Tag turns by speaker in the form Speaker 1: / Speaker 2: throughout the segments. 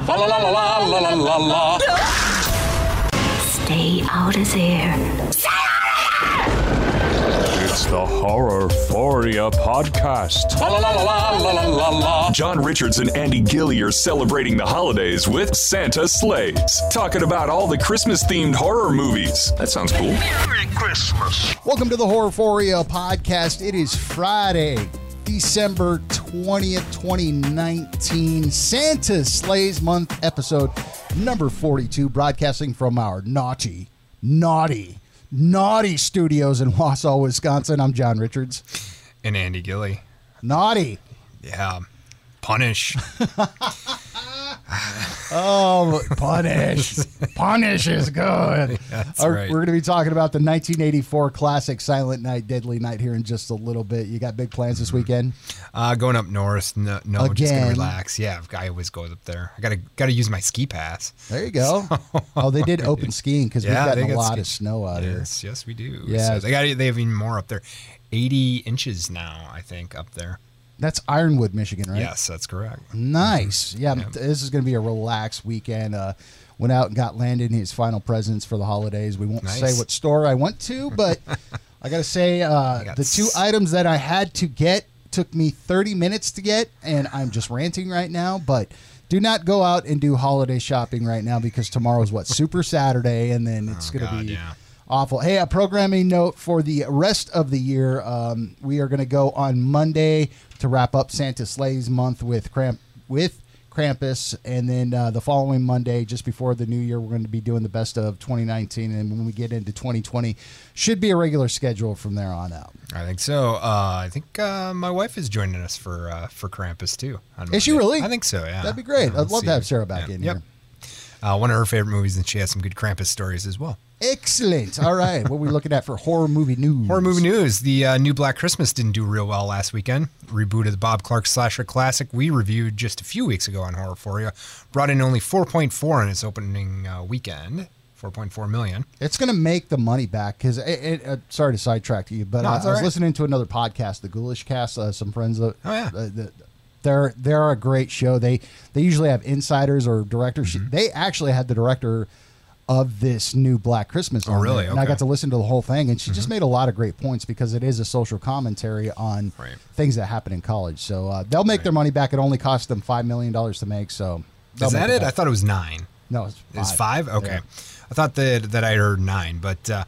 Speaker 1: La la la la la la la la la.
Speaker 2: Stay out of there.
Speaker 3: It's the Horror Foria podcast.
Speaker 1: La la la la la la la la.
Speaker 4: John Richards and Andy Gilly are celebrating the holidays with Santa Slays, talking about all the Christmas themed horror movies. That sounds cool.
Speaker 5: Welcome to the Horrorphoria podcast. It is Friday, December 20th, 2019, Santa Slays Month, episode number 42, broadcasting from our naughty, naughty, naughty studios in Wausau, Wisconsin. I'm John Richards.
Speaker 6: and Andy Gilly.
Speaker 5: Naughty.
Speaker 6: Yeah. Punish.
Speaker 5: Oh, punish. punish is good. All
Speaker 6: right.
Speaker 5: We're going to be talking about the 1984 classic Silent Night, Deadly Night here in just a little bit. You got big plans this weekend?
Speaker 6: Uh, going up north. No, no just
Speaker 5: Again.
Speaker 6: gonna relax. Yeah, I always go up there. I gotta gotta use my ski pass.
Speaker 5: There you go. oh, they did open skiing because
Speaker 6: Yeah,
Speaker 5: we've
Speaker 6: they
Speaker 5: gotten a
Speaker 6: got
Speaker 5: lot
Speaker 6: ski-
Speaker 5: of snow out here.
Speaker 6: Yes, yes, we do.
Speaker 5: Yeah.
Speaker 6: So they got they have even more up there. Eighty inches now, I think, up there.
Speaker 5: That's Ironwood, Michigan, right?
Speaker 6: Yes, that's correct. Mm-hmm.
Speaker 5: Nice. Yeah, th- this is going to be a relaxed weekend. Uh, went out and got Landon his final presents for the holidays. We won't
Speaker 6: Nice.
Speaker 5: say what store I went to, but I got to say uh,
Speaker 6: got
Speaker 5: the two
Speaker 6: s-
Speaker 5: items that I had to get took me 30 minutes to get, and I'm just ranting right now, but. Do not go out and do holiday shopping right now because tomorrow's what Super Saturday, and then it's going to
Speaker 6: God,
Speaker 5: be
Speaker 6: yeah.
Speaker 5: awful. Hey, a programming note for the rest of the year. Um, we are going to go on Monday to wrap up Santa Slays month with Cramp with Krampus, and then uh, the following Monday, just before the new year, we're going to be doing the best of 2019, and when we get into 2020, should be a regular schedule from there on out.
Speaker 6: I think so. Uh, I think uh, my wife is joining us for uh, for Krampus too. on
Speaker 5: Is she
Speaker 6: Monday.
Speaker 5: really?
Speaker 6: I think so. Yeah,
Speaker 5: That'd be great.
Speaker 6: Yeah, we'll
Speaker 5: I'd love
Speaker 6: see.
Speaker 5: to have Sarah back
Speaker 6: Yeah.
Speaker 5: in
Speaker 6: Yep.
Speaker 5: here.
Speaker 6: Uh, one of her favorite movies, and she has some good Krampus stories as well.
Speaker 5: Excellent. All right, what are we looking at for horror movie news?
Speaker 6: Horror movie news: The uh, new Black Christmas didn't do real well last weekend. Reboot of the Bob Clark slasher classic we reviewed just a few weeks ago on Horror Foria brought in only 4.4 in its opening uh, weekend, 4.4 million.
Speaker 5: It's going to make the money back because it, it, uh, sorry to sidetrack you, but
Speaker 6: No,
Speaker 5: I, I
Speaker 6: it's
Speaker 5: was
Speaker 6: all right.
Speaker 5: listening to another podcast, the Ghoulish Cast. Uh, some friends, uh,
Speaker 6: Oh, yeah.
Speaker 5: uh, the, they're they're a great show. They they usually have insiders or directors.
Speaker 6: Mm-hmm.
Speaker 5: They actually had the director of this new Black Christmas. Oh,
Speaker 6: really?
Speaker 5: And I
Speaker 6: Okay. Mm-hmm.
Speaker 5: got to listen to the whole thing, and she just made a lot of great points because it is a social commentary on
Speaker 6: Right.
Speaker 5: things that happen in college. So uh, they'll make their money back. It only cost them five million dollars to make. So they'll
Speaker 6: Is
Speaker 5: make
Speaker 6: that it?
Speaker 5: back.
Speaker 6: I thought it was nine.
Speaker 5: no, it's five.
Speaker 6: It's five? Okay.
Speaker 5: Yeah.
Speaker 6: I thought that that I heard nine, but uh,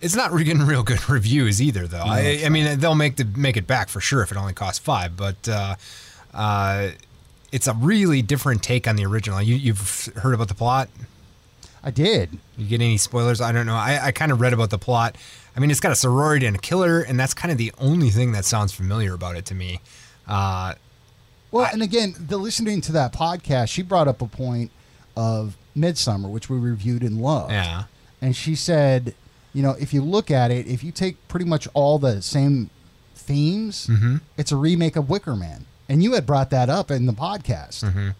Speaker 6: it's not re- getting real good reviews either, though. I, I mean, they'll make the make it back for sure if it only costs five, but. Uh, uh, it's a really different take on the original. You, you've heard about the plot?
Speaker 5: I did.
Speaker 6: You get any spoilers? I don't know. I, I kind of read about the plot. I mean, it's got a sorority and a killer, and that's kind of the only thing that sounds familiar about it to me. Uh,
Speaker 5: Well, and again, the listening to that podcast, she brought up a point of Midsummer, which we reviewed and loved.
Speaker 6: yeah.
Speaker 5: And she said, you know, if you look at it, if you take pretty much all the same themes,
Speaker 6: Mm-hmm.
Speaker 5: it's a remake of Wicker Man. And you had brought that up in the podcast.
Speaker 6: Mm-hmm.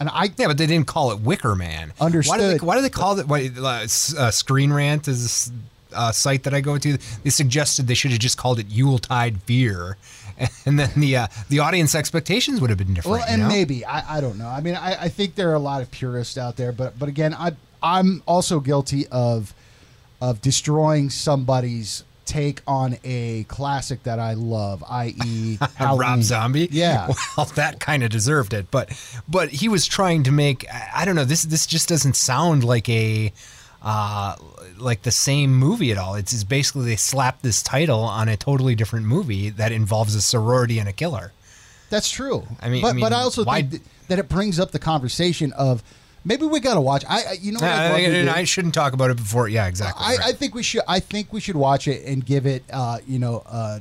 Speaker 5: And I
Speaker 6: Yeah, but they didn't call it Wicker Man. Why do
Speaker 5: Understood.
Speaker 6: they, why do they call it why, uh, s- uh, Screen Rant? Is a uh, site that I go to. They suggested they should have just called it Yuletide Veer, and then the uh, the audience expectations would have been different.
Speaker 5: Well,
Speaker 6: you
Speaker 5: and
Speaker 6: know?
Speaker 5: maybe I, I don't know. I mean, I, I think there are a lot of purists out there, but but again, I I'm also guilty of of destroying somebody's take on a classic that I love, i.e.,
Speaker 6: Uh,
Speaker 5: Halloween.
Speaker 6: Rob Zombie.
Speaker 5: Yeah.
Speaker 6: Well, that kind of deserved it, but but he was trying to make I I don't know, this this just doesn't sound like a uh, like the same movie at all. It's, it's basically they slapped this title on a totally different movie that involves a sorority and a killer.
Speaker 5: That's true.
Speaker 6: I mean-
Speaker 5: but
Speaker 6: I mean,
Speaker 5: but I also
Speaker 6: why-
Speaker 5: think th- that it brings up the conversation of maybe we got to watch. I I- you know what I'd
Speaker 6: I,
Speaker 5: love to
Speaker 6: Uh, and
Speaker 5: do?
Speaker 6: I shouldn't talk about it before. Yeah, exactly.
Speaker 5: I,
Speaker 6: right.
Speaker 5: I think we should. I think we should watch it and give it, uh, you know, uh,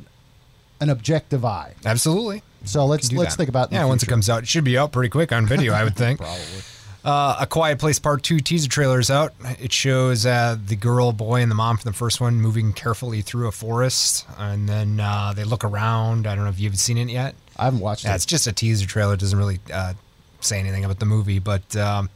Speaker 5: an objective eye.
Speaker 6: Absolutely.
Speaker 5: So let's
Speaker 6: do
Speaker 5: let's
Speaker 6: that.
Speaker 5: think about it in
Speaker 6: yeah.
Speaker 5: the
Speaker 6: Once it
Speaker 5: future.
Speaker 6: comes out, it should be out pretty quick on video, I would think. Probably. Uh, a Quiet Place Part Two teaser trailer is out. It shows uh, the girl, boy, and the mom from the first one moving carefully through a forest, and then uh, they look around. I don't know if you've seen it yet.
Speaker 5: I haven't watched
Speaker 6: Yeah,
Speaker 5: it.
Speaker 6: it's just a teaser trailer. It doesn't really uh, say anything about the movie, but um,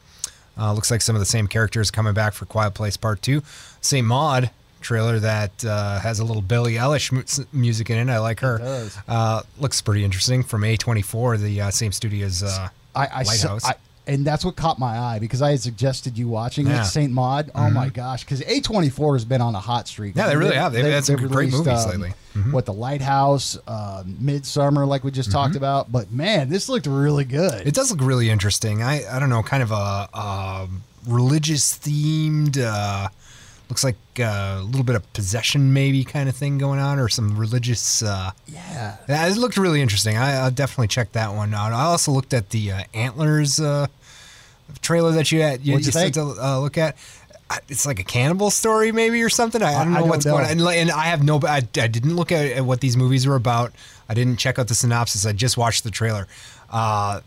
Speaker 6: uh, looks like some of the same characters coming back for Quiet Place Part Two. Same mod trailer that uh, has a little Billie Eilish mu- s- music in it. I like her.
Speaker 5: does.
Speaker 6: Uh, looks pretty interesting from A24, the uh, same studio as uh,
Speaker 5: I, I, saw,
Speaker 6: Lighthouse.
Speaker 5: I, and that's what caught my eye because I had suggested you watching
Speaker 6: Yeah. Mm-hmm.
Speaker 5: it, Saint Maud. Oh my gosh, because A twenty four has been on a hot streak.
Speaker 6: Yeah, they really have. They've had some great
Speaker 5: released,
Speaker 6: movies
Speaker 5: um,
Speaker 6: lately. Mm-hmm.
Speaker 5: What the Lighthouse, uh, Midsummer, like we just talked about. But man, this looked really good.
Speaker 6: It does look really interesting. I, I don't know, kind of a, um religious themed, uh, looks like uh, a little bit of possession maybe kind of thing going on, or some religious. Uh,
Speaker 5: yeah,
Speaker 6: yeah, it looked really interesting. I, I'll definitely check that one out. I also looked at the uh, antlers uh, trailer that you had. You,
Speaker 5: What'd you
Speaker 6: sent
Speaker 5: think?
Speaker 6: to uh, look at. I- It's like a cannibal story, maybe, or something. I, I don't know
Speaker 5: I don't
Speaker 6: what's
Speaker 5: know.
Speaker 6: going on. And, like, and I have no. I, I didn't look at, at what these movies were about. I didn't check out the synopsis. I just watched the trailer. Uh,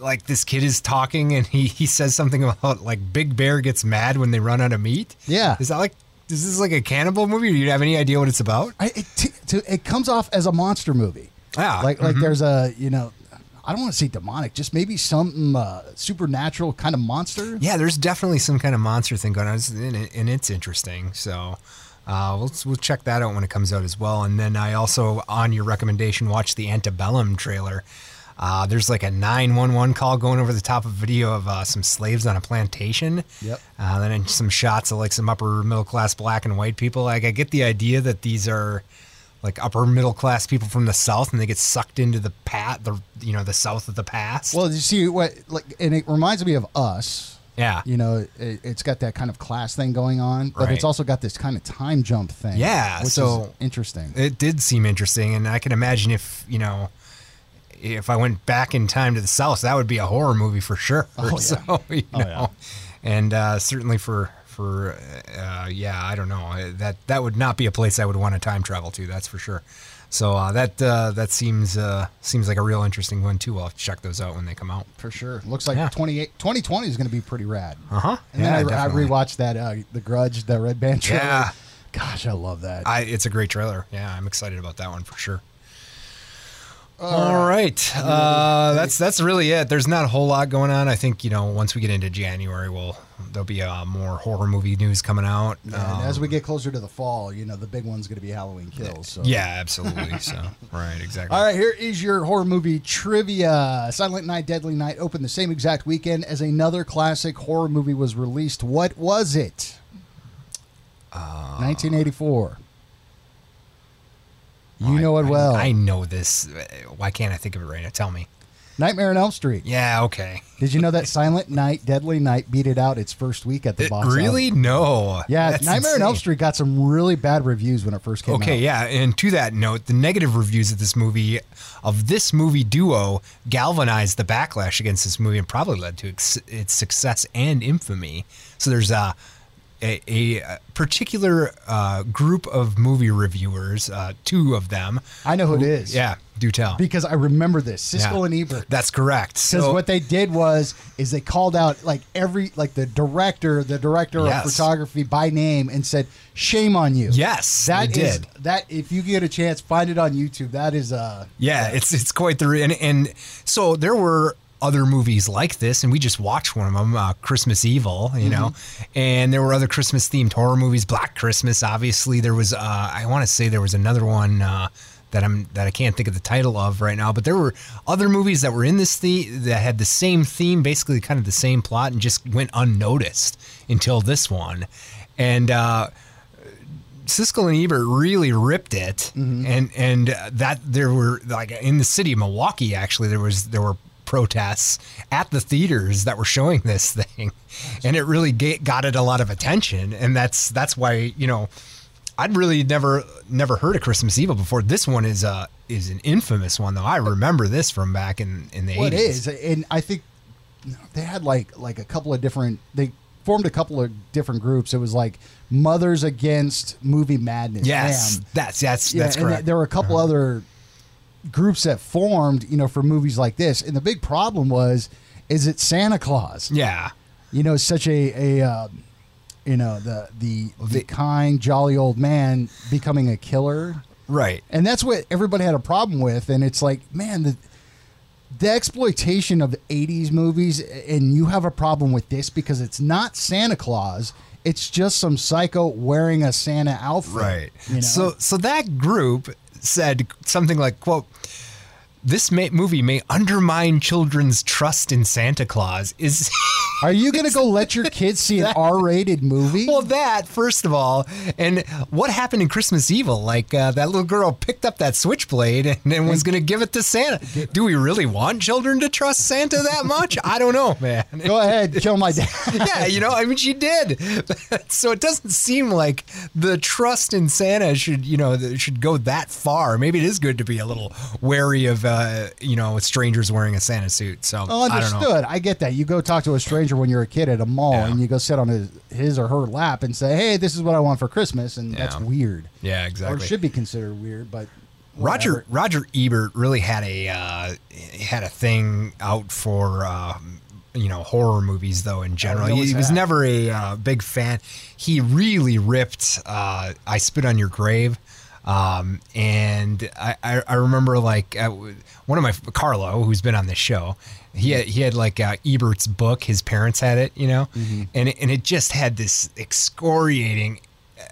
Speaker 6: like this kid is talking and he, he says something about like Big Bear gets mad when they run out of meat.
Speaker 5: Yeah.
Speaker 6: Is that like is this like a cannibal movie? Do you have any idea what it's about?
Speaker 5: I, it, t- t- it comes off as a monster movie.
Speaker 6: Yeah, Mm-hmm.
Speaker 5: like like there's a you know, I don't want to say demonic, just maybe something uh, supernatural kind of monster.
Speaker 6: Yeah, there's definitely some kind of monster thing going on, It's- and it- and it's interesting. So uh, we'll we'll check that out when it comes out as well. And then I also, on your recommendation, watched the Antebellum trailer. Uh, there's like a 911 call going over the top of video of uh, some slaves on a plantation.
Speaker 5: Yep.
Speaker 6: Uh, then in some shots of like some upper middle class black and white people. Like I get the idea that these are like upper middle class people from the south, and they get sucked into the pat the you know the south of the past.
Speaker 5: Well, you see what like, and it reminds me of Us.
Speaker 6: yeah.
Speaker 5: You know, it, it's got that kind of class thing going on, but
Speaker 6: Right.
Speaker 5: it's also got this kind of time jump thing.
Speaker 6: Yeah,
Speaker 5: which is
Speaker 6: so-
Speaker 5: interesting.
Speaker 6: it did seem interesting and i can imagine if you know if i went back in time to the south that would be a horror movie for sure
Speaker 5: Oh, yeah.
Speaker 6: so you know and uh, certainly for for uh, yeah i don't know Uh, that that would not be a place i would want to time travel to that's for sure so uh, that uh, that seems uh, seems like a real interesting one too i'll check those out when they come out
Speaker 5: for sure. Looks like
Speaker 6: Yeah.
Speaker 5: 28, 2020 is going to be pretty rad.
Speaker 6: uh-huh
Speaker 5: And
Speaker 6: yeah,
Speaker 5: then I, I
Speaker 6: definitely.
Speaker 5: rewatched that uh, The Grudge, that Red Band trailer.
Speaker 6: Yeah.
Speaker 5: Gosh, I love that.
Speaker 6: I, it's a great trailer. Yeah, I'm excited about that one for sure. All right, uh, that's that's really it. There's not a whole lot going on. I think you know once we get into January, we'll there'll be uh, more horror movie news coming out.
Speaker 5: and
Speaker 6: Um,
Speaker 5: as we get closer to the fall, you know, the big one's going to be Halloween Kills. So.
Speaker 6: yeah, absolutely. So right, exactly.
Speaker 5: All right, here is your horror movie trivia. Silent Night, Deadly Night opened the same exact weekend as another classic horror movie was released. What was it?
Speaker 6: Uh,
Speaker 5: 1984. You
Speaker 6: I-
Speaker 5: know it
Speaker 6: I-
Speaker 5: well.
Speaker 6: I know this. Why can't I think of it right now? Tell me.
Speaker 5: Nightmare on Elm Street.
Speaker 6: Yeah. Okay.
Speaker 5: Did you know that Silent Night, Deadly Night beat it out its first week at the
Speaker 6: It-
Speaker 5: box? office?
Speaker 6: really? No.
Speaker 5: Yeah,
Speaker 6: That's
Speaker 5: Nightmare on Elm
Speaker 6: insane.
Speaker 5: Street got some really bad reviews when it first came out.
Speaker 6: Okay, yeah, and to that note, the negative reviews of this movie, of this movie duo, galvanized the backlash against this movie and probably led to ex- its success and infamy. So there's a a, a particular uh, group of movie reviewers, uh, two of them.
Speaker 5: I know who it is.
Speaker 6: Yeah, do tell.
Speaker 5: Because I remember this
Speaker 6: Yeah.
Speaker 5: Siskel and Ebert.
Speaker 6: That's correct.
Speaker 5: Because
Speaker 6: So
Speaker 5: what they did was is they called out like every like the director, the director
Speaker 6: Yes.
Speaker 5: of photography by name, and said, "Shame on you."
Speaker 6: Yes,
Speaker 5: that
Speaker 6: they
Speaker 5: is-
Speaker 6: did.
Speaker 5: that. If you get a chance, find it on YouTube. That is uh
Speaker 6: Yeah, it's it's quite the and and so there were other movies like this, and we just watched one of them, uh, Christmas Evil, you know, and there were other Christmas themed horror movies, Black Christmas, obviously. There was uh, I want to say there was another one. Uh, that I'm that I can't think of the title of right now, but there were other movies that were in this theme that had the same theme, basically kind of the same plot, and just went unnoticed until this one. And uh, Siskel and Ebert really ripped it,
Speaker 5: Mm-hmm.
Speaker 6: and and uh, that there were like in the city of Milwaukee actually there was there were protests at the theaters that were showing this thing, and it really ga- got it a lot of attention, and that's that's why you know I'd really never never heard of Christmas Evil before. This one is uh is an infamous one though. I remember this from back in in the
Speaker 5: what it
Speaker 6: eighties.
Speaker 5: is, and I think they had like like a couple of different they formed a couple of different groups. It was like Mothers Against Movie Madness.
Speaker 6: Yes,
Speaker 5: Damn.
Speaker 6: that's that's that's
Speaker 5: and
Speaker 6: correct. Uh-huh.
Speaker 5: there were a couple other groups that formed, you know, for movies like this. And the big problem was, is it Santa Claus?
Speaker 6: yeah.
Speaker 5: You know, such a a um, you know the, the the kind jolly old man becoming a killer,
Speaker 6: Right.
Speaker 5: and that's what everybody had a problem with. And it's like, man, the the exploitation of '80s movies, and you have a problem with this because it's not Santa Claus. It's just some psycho wearing a Santa outfit.
Speaker 6: Right.
Speaker 5: you know?
Speaker 6: So so that group said something like, quote, this may, movie may undermine children's trust in Santa Claus is
Speaker 5: Are you going to go let your kids see an R-rated movie?
Speaker 6: well that first of all, and what happened in Christmas Evil? Like uh, that little girl picked up that switchblade and then was going to give it to Santa. Do we really want children to trust Santa that much? I don't know, man.
Speaker 5: go ahead, kill my dad.
Speaker 6: yeah, you know, I mean, she did. so it doesn't seem like the trust in Santa should, you know, that should go that far. Maybe it is good to be a little wary of, uh, you know, strangers wearing a Santa suit. So I don't know.
Speaker 5: Oh, Understood. I, get that. You go talk to a stranger when you're a kid at a mall, and you go sit on his, his or her lap and say, "Hey, this is what I want for Christmas," and that's
Speaker 6: Yeah.
Speaker 5: weird.
Speaker 6: Yeah,
Speaker 5: Or
Speaker 6: exactly.
Speaker 5: should be considered weird, but
Speaker 6: Roger Roger Ebert really had a uh, had a thing out for um, you know horror movies though in general.
Speaker 5: know
Speaker 6: He,
Speaker 5: what's
Speaker 6: was
Speaker 5: that.
Speaker 6: never a uh, big fan. He really ripped uh, "I Spit on Your Grave," um, and I, I, I remember like uh, one of my Carlo who's been on this show. He had, he had like uh, Ebert's book. His parents had it, you know, and it, and it just had this excoriating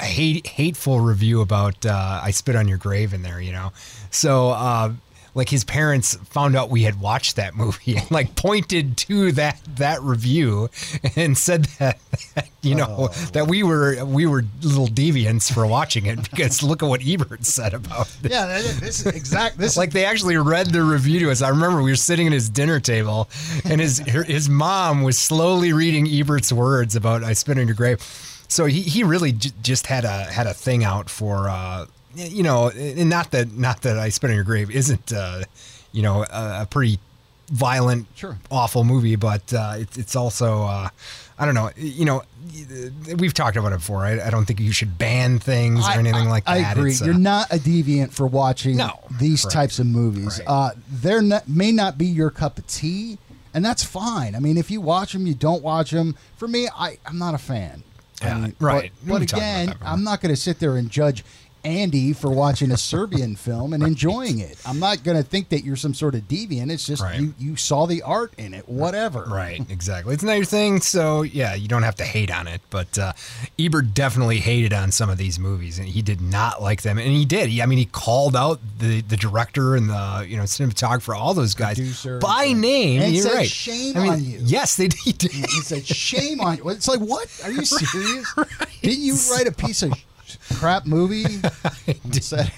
Speaker 6: a hate, hateful review about uh, I spit on your grave in there, you know. So uh, like his parents found out we had watched that movie and like pointed to that that review and said that you know that we were we were little deviants for watching it because look at what Ebert said about it.
Speaker 5: yeah, that- this is exact. This
Speaker 6: It's like they actually read the review to us. I remember we were sitting at his dinner table, and his her, his mom was slowly reading Ebert's words about "I spit on your grave." So he, he really j- just had a had a thing out for uh, y- you know, and not that not that "I spit on your grave" isn't uh, you know a, a pretty violent,
Speaker 5: Sure.
Speaker 6: awful movie, but uh, it, it's also uh, I don't know, you know, we've talked about it before. I, I don't think you should ban things or anything like
Speaker 5: I
Speaker 6: that.
Speaker 5: agree.
Speaker 6: It's, uh,
Speaker 5: You're not a deviant for watching
Speaker 6: No.
Speaker 5: these
Speaker 6: Correct.
Speaker 5: types of movies.
Speaker 6: Right.
Speaker 5: Uh, they're not, may not be your cup of tea, and that's fine. I mean, if you watch them, you don't watch them. For me, I, I'm not a fan. I
Speaker 6: Yeah,
Speaker 5: mean,
Speaker 6: right.
Speaker 5: But,
Speaker 6: We
Speaker 5: but
Speaker 6: talked about
Speaker 5: again,
Speaker 6: that before.
Speaker 5: I'm not going to sit there and judge Andy for watching a Serbian film and enjoying it. I'm not going to think that you're some sort of deviant. It's just
Speaker 6: Right.
Speaker 5: you, you saw the art in it, whatever.
Speaker 6: Right, exactly. It's not your thing, so yeah, you don't have to hate on it. But uh, Ebert definitely hated on some of these movies, and he did not like them. And he did. He, I mean, he called out the, the director and the you know cinematographer, all those guys
Speaker 5: Producer.
Speaker 6: by name.
Speaker 5: And
Speaker 6: you're
Speaker 5: said,
Speaker 6: right.
Speaker 5: "Shame
Speaker 6: I mean,
Speaker 5: on you."
Speaker 6: Yes, they he did.
Speaker 5: He said, "Shame on you!" It's like, what? Are you serious? Didn't you write a piece of crap movie? On set?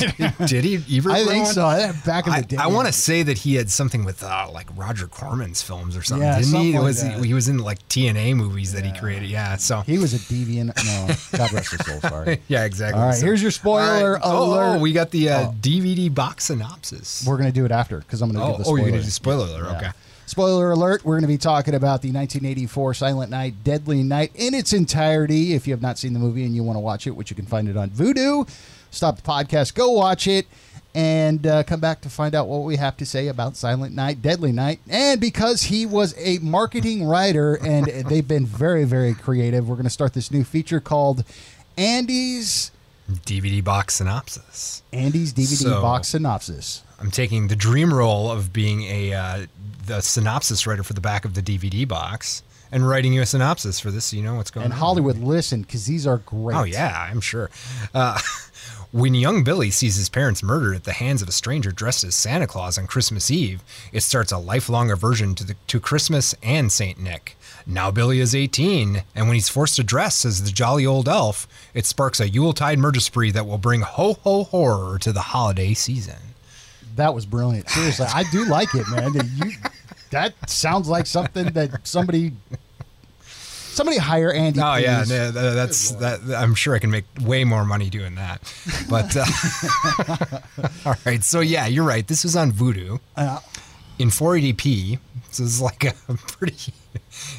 Speaker 6: did he? Ebert
Speaker 5: I
Speaker 6: wrote
Speaker 5: think
Speaker 6: one?
Speaker 5: so. Back in the
Speaker 6: I,
Speaker 5: day,
Speaker 6: want to say that he had something with uh, like Roger Corman's films or something,
Speaker 5: Yeah,
Speaker 6: didn't
Speaker 5: something
Speaker 6: he?
Speaker 5: like
Speaker 6: was
Speaker 5: that.
Speaker 6: he, was in like TNA movies that he created? Yeah. So
Speaker 5: He was a deviant. No, God rest his soul. Sorry.
Speaker 6: Yeah, exactly.
Speaker 5: All right,
Speaker 6: So-
Speaker 5: here's your spoiler
Speaker 6: All Oh,
Speaker 5: alert.
Speaker 6: Oh, we got the uh, DVD box synopsis.
Speaker 5: We're gonna do it after because I'm gonna
Speaker 6: Oh,
Speaker 5: give the
Speaker 6: oh,
Speaker 5: spoiler.
Speaker 6: you're gonna do spoiler alert.
Speaker 5: Yeah.
Speaker 6: Okay.
Speaker 5: Spoiler alert, we're going to be talking about the 1984 Silent Night, Deadly Night in its entirety. If you have not seen the movie and you want to watch it, which you can find it on Vudu, stop the podcast, go watch it, and uh, come back to find out what we have to say about Silent Night, Deadly Night. And because he was a marketing writer and they've been very, very creative, we're going to start this new feature called Andy's.
Speaker 6: DVD box synopsis.
Speaker 5: Andy's DVD
Speaker 6: So-
Speaker 5: box synopsis.
Speaker 6: I'm taking the dream role of being a uh, the synopsis writer for the back of the DVD box and writing you a synopsis for this, so you know what's going
Speaker 5: And
Speaker 6: on.
Speaker 5: Hollywood, listen, because these are great.
Speaker 6: Oh yeah, I'm sure. Uh, when young Billy sees his parents murdered at the hands of a stranger dressed as Santa Claus on Christmas Eve, it starts a lifelong aversion to the, to Christmas and Saint Nick. Now Billy is 18, and when he's forced to dress as the jolly old elf, it sparks a Yuletide murder spree that will bring ho ho horror to the holiday season.
Speaker 5: That was brilliant. Seriously, I do like it, man. That you that sounds like something that somebody somebody hire Andy.
Speaker 6: Oh yeah,
Speaker 5: please.
Speaker 6: no, th- that's that. I'm sure I can make way more money doing that. But uh, all right, so yeah, you're right. This was on Voodoo in 480p. So it's like a pretty.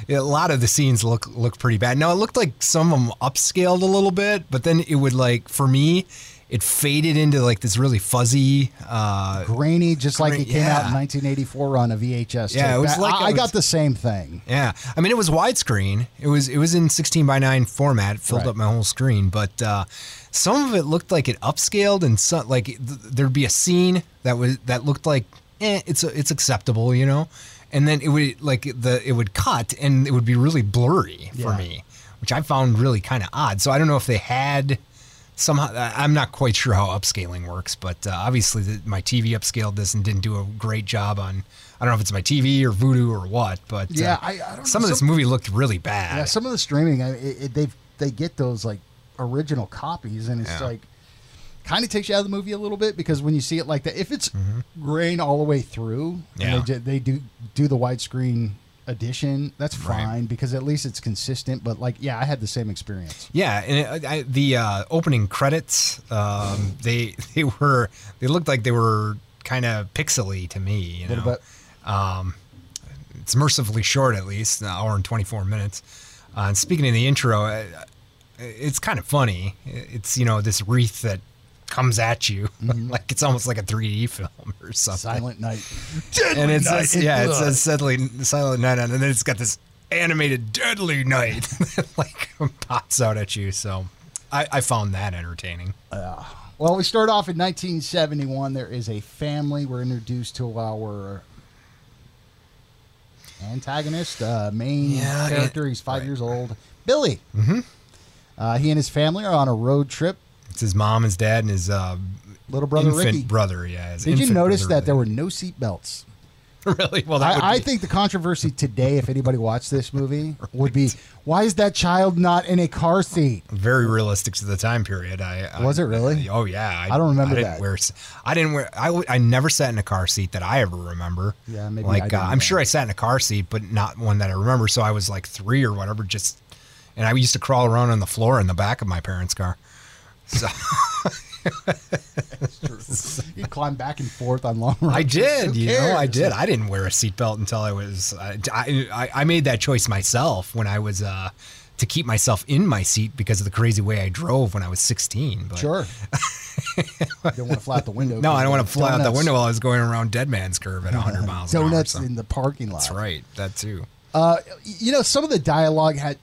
Speaker 6: A lot of the scenes look look pretty bad. Now it looked like some of them upscaled a little bit, but then it would like for me, it faded into like this really fuzzy. Uh,
Speaker 5: grainy, just like it
Speaker 6: Grain-
Speaker 5: came out in
Speaker 6: yeah.
Speaker 5: 1984 on a VHS.
Speaker 6: Yeah,
Speaker 5: tape.
Speaker 6: it was
Speaker 5: That-
Speaker 6: like
Speaker 5: I,
Speaker 6: I
Speaker 5: I got
Speaker 6: was-
Speaker 5: the same thing.
Speaker 6: Yeah, I mean it was widescreen. It was it was in sixteen by nine format. It filled
Speaker 5: Right.
Speaker 6: up my whole screen, but uh, some of it looked like it upscaled, and some like th- there'd be a scene that was that looked like eh, it's it's acceptable, you know, and then it would like the it would cut and it would be really blurry for
Speaker 5: Yeah.
Speaker 6: me, which I found really kind of odd. So I don't know if they had somehow I- I'm not quite sure how upscaling works, but uh, obviously the, my TV upscaled this and didn't do a great job on. I don't know if it's my TV or Voodoo or what, but uh,
Speaker 5: Yeah, I- I don't know.
Speaker 6: some of this
Speaker 5: Some-
Speaker 6: movie looked really bad.
Speaker 5: Yeah, some of the streaming, I, it, it, they they get those like original copies, and it's
Speaker 6: Yeah.
Speaker 5: like kind of takes you out of the movie a little bit because when you see it like that, if it's grain all the way through,
Speaker 6: Mm-hmm. Yeah.
Speaker 5: and they, ju- they do do the widescreen edition, that's
Speaker 6: Right.
Speaker 5: fine because at least it's consistent. But like, yeah, I had the same experience.
Speaker 6: Yeah, and it, I, the uh, opening credits, um, they they were they looked like they were kind of pixely to me. You
Speaker 5: Little
Speaker 6: know, Um, it's mercifully short, at least an hour and twenty four minutes. Uh, and speaking of the intro, uh, it's kind of funny. It's you know this wreath that comes at you,
Speaker 5: Mm-hmm.
Speaker 6: like it's almost like a three D film or something.
Speaker 5: Silent Night.
Speaker 6: and it
Speaker 5: Night
Speaker 6: says
Speaker 5: in
Speaker 6: yeah, it
Speaker 5: blood.
Speaker 6: says Silent Silent Night, on it, and then it's got this animated Deadly Night that like pops out at you. So I, I found that entertaining.
Speaker 5: Well, we start off in 1971. There is a family. We're introduced to our antagonist, uh, main
Speaker 6: Yeah,
Speaker 5: character.
Speaker 6: yeah.
Speaker 5: He's five years old, Billy. Mm-hmm. Uh, he and his family are on a road trip.
Speaker 6: It's his mom, his dad, and his uh,
Speaker 5: Little brother
Speaker 6: infant
Speaker 5: Ricky.
Speaker 6: brother. Yeah. his
Speaker 5: Did you
Speaker 6: infant
Speaker 5: notice
Speaker 6: brother
Speaker 5: that there were no seatbelts?
Speaker 6: really? Well, that would
Speaker 5: I, I
Speaker 6: be-
Speaker 5: think the controversy today, if anybody watched this movie, would be why is that child not in a car seat?
Speaker 6: very realistic to the time period. I, I
Speaker 5: Was it really?
Speaker 6: oh yeah, I,
Speaker 5: don't remember
Speaker 6: didn't
Speaker 5: that.
Speaker 6: Wear, s- I didn't wear. I, w- I never sat in a car seat that I ever remember.
Speaker 5: Yeah, maybe I
Speaker 6: Like
Speaker 5: didn't
Speaker 6: uh, I'm
Speaker 5: either.
Speaker 6: sure I sat in a car seat, but not one that I remember. So I was like three or whatever, just and I used to crawl around on the floor in the back of my parents' car. So
Speaker 5: You climb back and forth on long rides.
Speaker 6: I did,
Speaker 5: Who
Speaker 6: you know, I
Speaker 5: cares?
Speaker 6: did. I didn't wear a seatbelt until I was. I, I I made that choice myself when I was. uh to keep myself in my seat because of the crazy way I drove when I was 16. But
Speaker 5: Sure. don't want to fly out the window.
Speaker 6: No, I don't want to fly out the
Speaker 5: Donuts.
Speaker 6: window while I was going around Dead Man's Curve at 100 miles an hour.
Speaker 5: donuts
Speaker 6: so-
Speaker 5: in the parking lot.
Speaker 6: That's right. That too.
Speaker 5: Uh, y- you know, some of the dialogue had.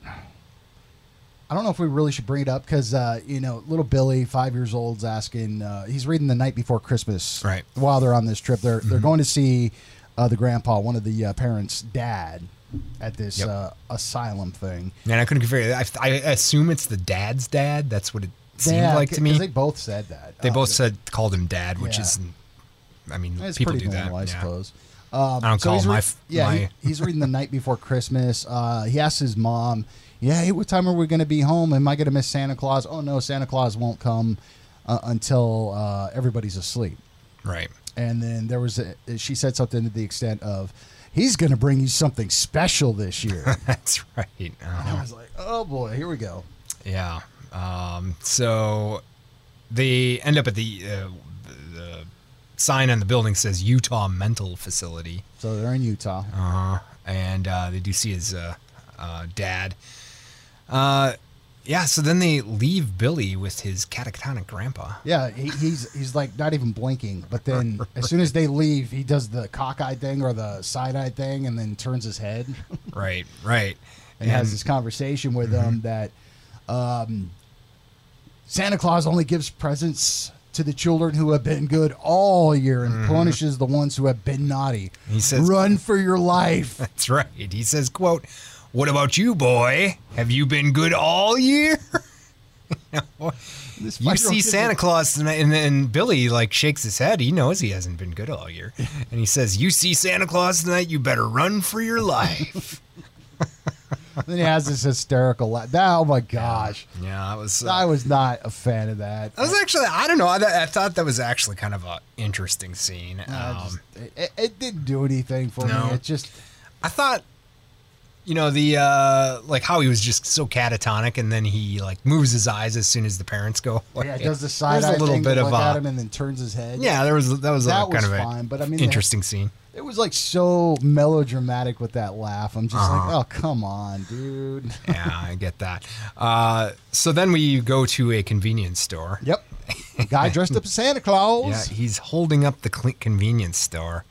Speaker 5: I don't know if we really should bring it up because uh, you know, little Billy, five years old's asking. Uh, he's reading the night before Christmas.
Speaker 6: Right. Mm-hmm.
Speaker 5: While they're on this trip, they're they're going to see uh, the grandpa, one of the uh, parents' dad, at this
Speaker 6: Yep.
Speaker 5: uh, asylum thing.
Speaker 6: Man, I couldn't figure. I, I assume it's the dad's dad. That's what it seemed
Speaker 5: Yeah,
Speaker 6: like
Speaker 5: 'cause
Speaker 6: to me.
Speaker 5: They
Speaker 6: They,
Speaker 5: both said that. Uh,
Speaker 6: both said called him dad, which
Speaker 5: Yeah.
Speaker 6: is, I mean,
Speaker 5: It's
Speaker 6: people
Speaker 5: pretty
Speaker 6: do
Speaker 5: normal,
Speaker 6: that.
Speaker 5: I
Speaker 6: yeah.
Speaker 5: suppose. Um,
Speaker 6: I don't call
Speaker 5: he's
Speaker 6: my f-
Speaker 5: yeah, he-
Speaker 6: my-
Speaker 5: he's reading the night before Christmas. Uh, he asks his mom, "Yeah, hey, what time are we going to be home? Am I going to miss Santa Claus? Oh no, Santa Claus won't come uh, until uh, everybody's asleep."
Speaker 6: Right.
Speaker 5: And then there was a, she said something to the extent of, "He's going to bring you something special this year."
Speaker 6: That's right.
Speaker 5: I
Speaker 6: Oh,
Speaker 5: was like, "Oh boy, here we go."
Speaker 6: yeah. Um, so they end up at the, uh, the, the sign on the building says Utah Mental Facility.
Speaker 5: So they're in Utah.
Speaker 6: Uh-huh. And uh, they do see his uh, uh, dad. Uh, yeah, so then they leave Billy with his catatonic grandpa.
Speaker 5: Yeah, he, he's he's like not even blinking. But then as soon as they leave, he does the cockeye thing or the side eye thing, and then turns his head and,
Speaker 6: Right, right.
Speaker 5: has this conversation with
Speaker 6: Mm-hmm.
Speaker 5: them that um, Santa Claus only gives presents to the children who have been good all year and punishes the ones who have been naughty.
Speaker 6: Mm-hmm. He says-
Speaker 5: "Run for your life."
Speaker 6: That's right. He says, quote, what about you, boy? Have you been good all year?
Speaker 5: This
Speaker 6: You
Speaker 5: five-year-old
Speaker 6: see
Speaker 5: kid's
Speaker 6: Santa
Speaker 5: like,
Speaker 6: Claus tonight, and then Billy like shakes his head. He knows he hasn't been good all year, and he says, "You see Santa Claus tonight, you better run for your life."
Speaker 5: Then he has this hysterical laugh. That- Oh my gosh,
Speaker 6: yeah, Oh. I was. uh,
Speaker 5: I was not a fan of that.
Speaker 6: I was actually, I don't know. I, I thought that was actually kind of a interesting scene.
Speaker 5: I
Speaker 6: Um,
Speaker 5: just- it, it didn't do anything for
Speaker 6: No.
Speaker 5: me. It just
Speaker 6: I thought, you know, the uh, like how he was just so catatonic, and then he like moves his eyes as soon as the parents go. Like,
Speaker 5: Oh, yeah, it does the side
Speaker 6: there's
Speaker 5: eye
Speaker 6: a little
Speaker 5: thing
Speaker 6: bit
Speaker 5: to
Speaker 6: of
Speaker 5: look at
Speaker 6: a,
Speaker 5: him and then turns his head.
Speaker 6: yeah. There was that was
Speaker 5: that
Speaker 6: a,
Speaker 5: was
Speaker 6: kind of a
Speaker 5: fine, but I mean,
Speaker 6: interesting scene.
Speaker 5: It was like so melodramatic with that laugh. I'm just
Speaker 6: Uh-huh.
Speaker 5: like, oh come on, dude.
Speaker 6: yeah, I get that. Uh, so then we go to a convenience store.
Speaker 5: Yep, The guy dressed up as Santa Claus.
Speaker 6: Yeah, he's holding up the cl- convenience store,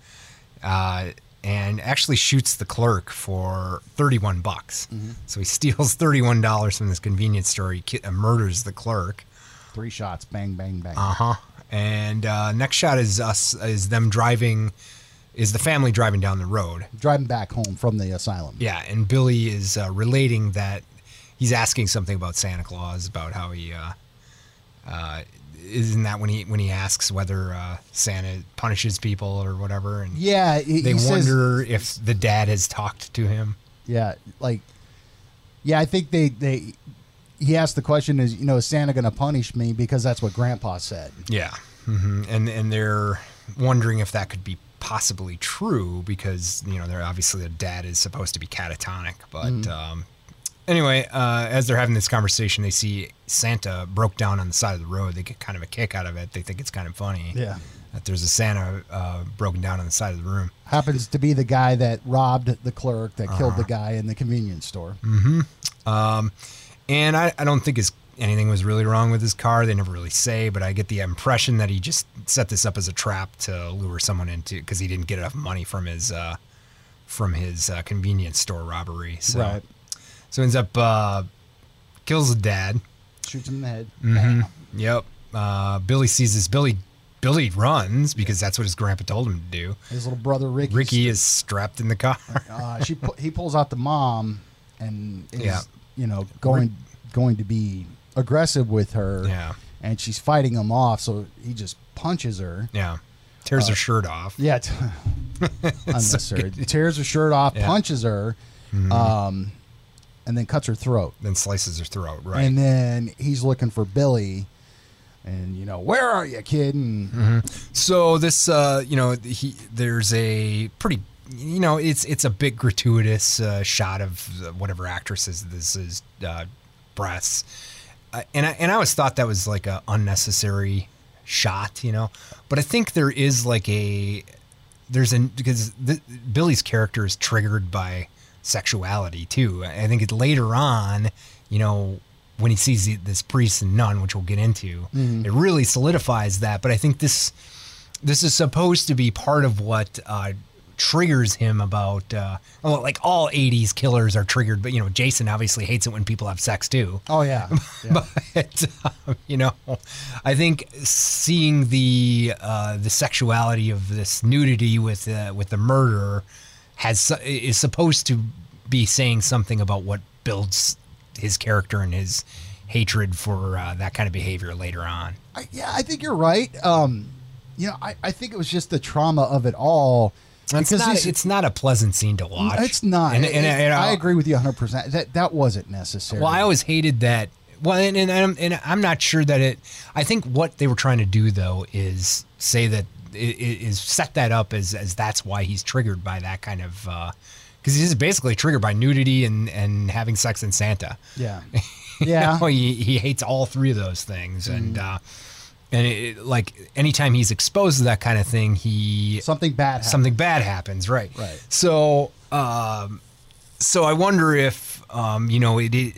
Speaker 6: uh, and actually shoots the clerk for thirty-one bucks. So he steals thirty-one dollars from this convenience store. He ki- uh, murders the clerk.
Speaker 5: Three shots, bang, bang, bang.
Speaker 6: Uh-huh. And uh, next shot is us is them driving, is the family driving down the road.
Speaker 5: Driving back home from the asylum.
Speaker 6: Yeah, and Billy is uh, relating that he's asking something about Santa Claus, about how he uh, Uh, isn't that when he when he asks whether uh, Santa punishes people or whatever? And
Speaker 5: Yeah, he,
Speaker 6: they
Speaker 5: he says-
Speaker 6: wonder if the dad has talked to him.
Speaker 5: Yeah, like, yeah, I think they they he asked the question is you know is Santa going to punish me because that's what Grandpa said.
Speaker 6: Yeah, hmm and and they're wondering if that could be possibly true because you know they're obviously the dad is supposed to be catatonic, but um, anyway, uh, as they're having this conversation, they see Santa broke down on the side of the road. They get kind of a kick out of it. They think it's kind of funny.
Speaker 5: Yeah.
Speaker 6: that there's a Santa uh, broken down on the side of the room.
Speaker 5: Happens to be the guy that robbed the clerk that killed
Speaker 6: Uh-huh.
Speaker 5: the guy in the convenience store.
Speaker 6: Mm-hmm. And I, I don't think his anything was really wrong with his car. They never really say, but I get the impression that he just set this up as a trap to lure someone into because he didn't get enough money from his uh, from his uh, convenience store robbery. So
Speaker 5: Right.
Speaker 6: so ends up uh, kills the dad.
Speaker 5: Shoots him in the head.
Speaker 6: Mm-hmm. Yep. Uh, Billy sees this. Billy Billy runs because that's what his grandpa told him to do.
Speaker 5: His little brother Ricky.
Speaker 6: Ricky is strapped in the car.
Speaker 5: Uh, she pu- he pulls out the mom and is
Speaker 6: Yeah.
Speaker 5: you know going going to be aggressive with her.
Speaker 6: Yeah.
Speaker 5: and she's fighting him off, so he just punches her.
Speaker 6: yeah. Tears her shirt off.
Speaker 5: Yeah, t- unnecessary. Tears her shirt off,
Speaker 6: Yeah. Mm-hmm.
Speaker 5: punches her, um, and then cuts her throat.
Speaker 6: Then slices her throat. Right.
Speaker 5: And then he's looking for Billy, and you know, where are you, kid? And
Speaker 6: Mm-hmm. So this, uh, you know, he there's a pretty, you know, it's it's a bit gratuitous uh, shot of whatever actresses this is uh, breasts, uh, and I, and I always thought that was like a unnecessary shot, you know, but I think there is like a there's an because th Billy's character is triggered by sexuality too. I think it later on, you know, when he sees the- this priest and nun, which we'll get into, it really solidifies that. But I think this this is supposed to be part of what uh, triggers him about uh, well, like all '80s killers are triggered, but you know, Jason obviously hates it when people have sex too
Speaker 5: oh yeah, yeah.
Speaker 6: but um, you know, I think seeing the uh, the sexuality of this nudity with uh, with the murder has is supposed to be saying something about what builds his character and his hatred for uh, that kind of behavior later on.
Speaker 5: I, yeah, I think you're right. Um, you know, I, I think it was just the trauma of it all.
Speaker 6: It's not,
Speaker 5: he's-
Speaker 6: it's not a pleasant scene to watch.
Speaker 5: it's not.
Speaker 6: And, and- and
Speaker 5: I
Speaker 6: I'll-
Speaker 5: agree with you 100. percent That that wasn't necessary.
Speaker 6: Well, I always hated that. Well, and, and, I'm, and I'm not sure that it. I think what they were trying to do though is say that i- i- is set that up as as that's why he's triggered by that kind of uh, because he's basically triggered by nudity and and having sex in Santa.
Speaker 5: yeah, yeah. Mm.
Speaker 6: No, he, he hates all three of those things, and uh, and it, like anytime he's exposed to that kind of thing, he
Speaker 5: Something bad. Happened.
Speaker 6: something bad happens, right?
Speaker 5: Right.
Speaker 6: So, um, so I wonder if um, you know it. it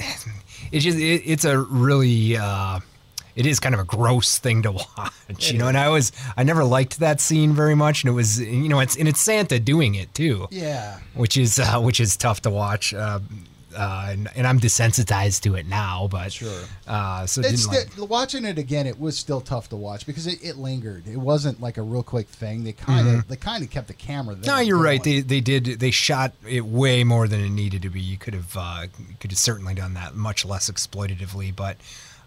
Speaker 6: it's just it, it's a really uh, it is kind of a gross thing to watch, you know. And I was I never liked that scene very much, and it was you know it's and it's Santa doing it too,
Speaker 5: Yeah.
Speaker 6: which is uh, which is tough to watch. Uh, uh, and, and I'm desensitized to it now, but
Speaker 5: Sure.
Speaker 6: Uh, so
Speaker 5: It's
Speaker 6: didn't like,
Speaker 5: still- watching it again. It was still tough to watch because it, it lingered. It wasn't like a real quick thing. They kind of they kind of kept the camera. There
Speaker 6: Mm-hmm. No, you're
Speaker 5: going.
Speaker 6: right. They they did they shot it way more than it needed to be. You could have uh, you could have certainly done that much less exploitatively, but